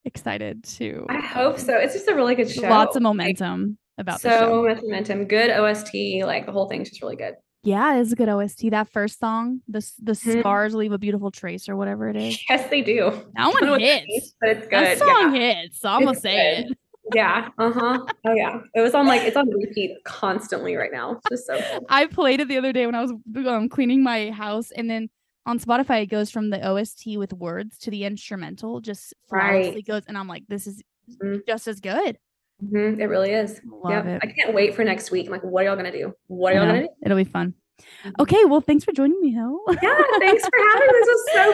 Speaker 1: excited to
Speaker 2: I hope so. It's just a really good show.
Speaker 1: lots of
Speaker 2: Like,
Speaker 1: momentum about the
Speaker 2: so
Speaker 1: show.
Speaker 2: much momentum. Good OST. Like the whole thing's just really good.
Speaker 1: Yeah, it's a good OST. That first song, the s- the
Speaker 2: Mhm.
Speaker 1: scars leave a beautiful trace or whatever it is.
Speaker 2: Yes, they do.
Speaker 1: That
Speaker 2: I don't
Speaker 1: one
Speaker 2: know what that
Speaker 1: hits.
Speaker 2: means, but it's
Speaker 1: That
Speaker 2: good.
Speaker 1: song
Speaker 2: yeah.
Speaker 1: hits. So I'm gonna
Speaker 2: It's
Speaker 1: say
Speaker 2: good. yeah. Uh huh. Oh yeah. It was on like it's on repeat constantly right now. It's just so
Speaker 1: it.
Speaker 2: cool.
Speaker 1: I played it the other day when I was um, cleaning my house, and then on Spotify it goes from the OST with words to the instrumental, just
Speaker 2: Right.
Speaker 1: flawlessly goes. And I'm like, this is
Speaker 2: Mhm.
Speaker 1: just as good.
Speaker 2: Mhm, It really is.
Speaker 1: Love
Speaker 2: Yep.
Speaker 1: it.
Speaker 2: I can't wait for next week. I'm like, what are y'all gonna do? What
Speaker 1: I
Speaker 2: are y'all
Speaker 1: know.
Speaker 2: gonna do?
Speaker 1: It'll be fun.
Speaker 2: Mhm.
Speaker 1: Okay, well, thanks for joining me, Hill.
Speaker 2: Yeah. Thanks for having me. This was so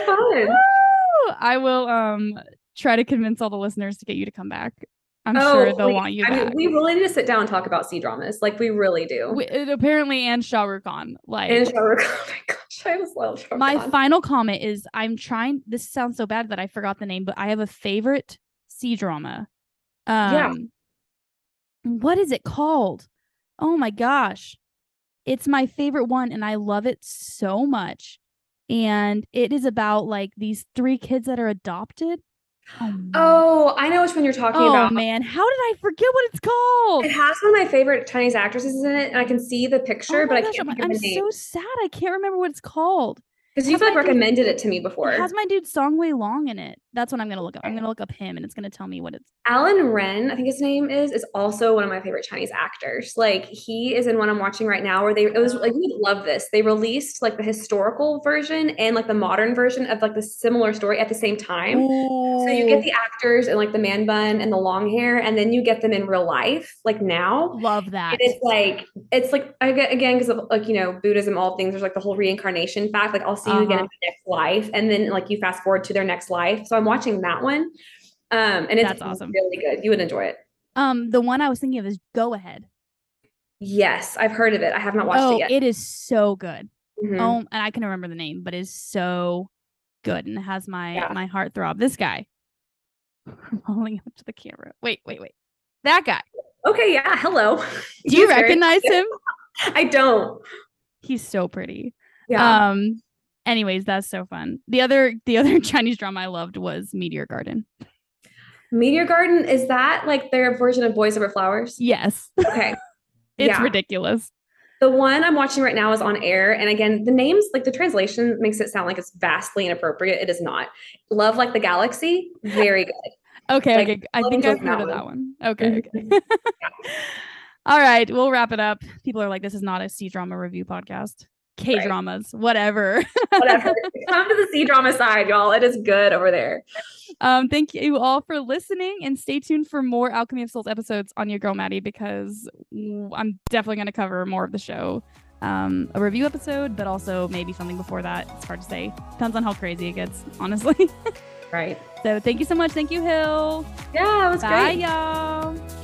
Speaker 2: fun.
Speaker 1: Woo! I will um try to convince all the listeners to get you to come back. I'm sure
Speaker 2: Oh,
Speaker 1: they'll
Speaker 2: please.
Speaker 1: want you
Speaker 2: I mean,
Speaker 1: back.
Speaker 2: we really need to sit down and talk about C dramas. Like we really do.
Speaker 1: We- it- apparently, and Shah Rukh Khan. Like
Speaker 2: and Shah Rukh Khan. Oh my gosh, I just love Shah Rukh
Speaker 1: my
Speaker 2: Khan.
Speaker 1: final comment is, I'm trying. This sounds so bad that I forgot the name, but I have a favorite C drama. Um,
Speaker 2: Yeah.
Speaker 1: What is it called? Oh my gosh, it's my favorite one, and I love it so much. And it is about like these three kids that are adopted. Oh, man.
Speaker 2: Oh, I know which one you're talking
Speaker 1: oh
Speaker 2: about.
Speaker 1: man, how did I forget what it's called?
Speaker 2: It has one of my favorite Chinese actresses in it, and I can see the picture,
Speaker 1: Oh
Speaker 2: but
Speaker 1: my
Speaker 2: I
Speaker 1: gosh,
Speaker 2: can't
Speaker 1: I'm,
Speaker 2: think of
Speaker 1: I'm
Speaker 2: the name
Speaker 1: so sad. I can't remember what it's called.
Speaker 2: because you've
Speaker 1: has
Speaker 2: like
Speaker 1: my dude-
Speaker 2: recommended it to me
Speaker 1: It
Speaker 2: before.
Speaker 1: has my dude Song Wei Long in it. That's what I'm gonna look up. I'm gonna look up him, and it's gonna tell me what it's.
Speaker 2: Alan Wren, I think his name is, is also one of my favorite Chinese actors. Like he is in one I'm watching right now, where they it was like we would love this. They released like the historical version and like the modern version of like the similar story at the same time. So you
Speaker 1: Oh.
Speaker 2: get the actors and like the man bun and the long hair, and then you get them in real life, like now.
Speaker 1: love that.
Speaker 2: And it's like it's like I get again because of like you know Buddhism, all things. There's like the whole reincarnation fact. Like I'll see you again in
Speaker 1: Uh-huh.
Speaker 2: the next life, and then like you fast forward to their next life. So I'm watching that one, um, and it's
Speaker 1: That's awesome.
Speaker 2: really good. You would enjoy it.
Speaker 1: Um, the one I was thinking of is Go Ahead.
Speaker 2: Yes, I've heard of it. I have not watched
Speaker 1: Oh,
Speaker 2: it yet.
Speaker 1: it is so good.
Speaker 2: Mhm.
Speaker 1: Oh, and I can remember the name, but it's so good and it has my
Speaker 2: Yeah.
Speaker 1: my heart throb. This guy, I'm holding up to the camera. Wait, wait, wait. That guy.
Speaker 2: Okay, yeah. Hello.
Speaker 1: Do you
Speaker 2: He's very-
Speaker 1: recognize him?
Speaker 2: I don't.
Speaker 1: He's so pretty.
Speaker 2: Yeah.
Speaker 1: Um. Anyways, that's so fun. The other the other Chinese drama I loved was Meteor Garden.
Speaker 2: Meteor Garden is that like their version of Boys Over Flowers?
Speaker 1: Yes,
Speaker 2: Okay.
Speaker 1: it's
Speaker 2: Yeah.
Speaker 1: ridiculous.
Speaker 2: The one I'm watching right now is on air. And again, the names, like the translation makes it sound like it's vastly inappropriate. It is not. Love Like the Galaxy, very good.
Speaker 1: Okay,
Speaker 2: Like,
Speaker 1: okay. I
Speaker 2: love
Speaker 1: think
Speaker 2: and
Speaker 1: I've
Speaker 2: joy
Speaker 1: heard of
Speaker 2: now.
Speaker 1: that one. Okay, okay.
Speaker 2: Mhm.
Speaker 1: All right, we'll wrap it up. People are like, this is not a C drama review podcast. K dramas, whatever.
Speaker 2: Whatever. Come to the C drama side, y'all. It is good over there.
Speaker 1: Um, thank you all for listening and stay tuned for more Alchemy of Souls episodes on your girl Maddie because w- I'm definitely going to cover more of the show. Um, a review episode, but also maybe something before that. It's hard to say. Depends on how crazy it gets, honestly.
Speaker 2: Right.
Speaker 1: so thank you so much. Thank you, Hill.
Speaker 2: Yeah, it was
Speaker 1: Bye,
Speaker 2: great.
Speaker 1: y'all.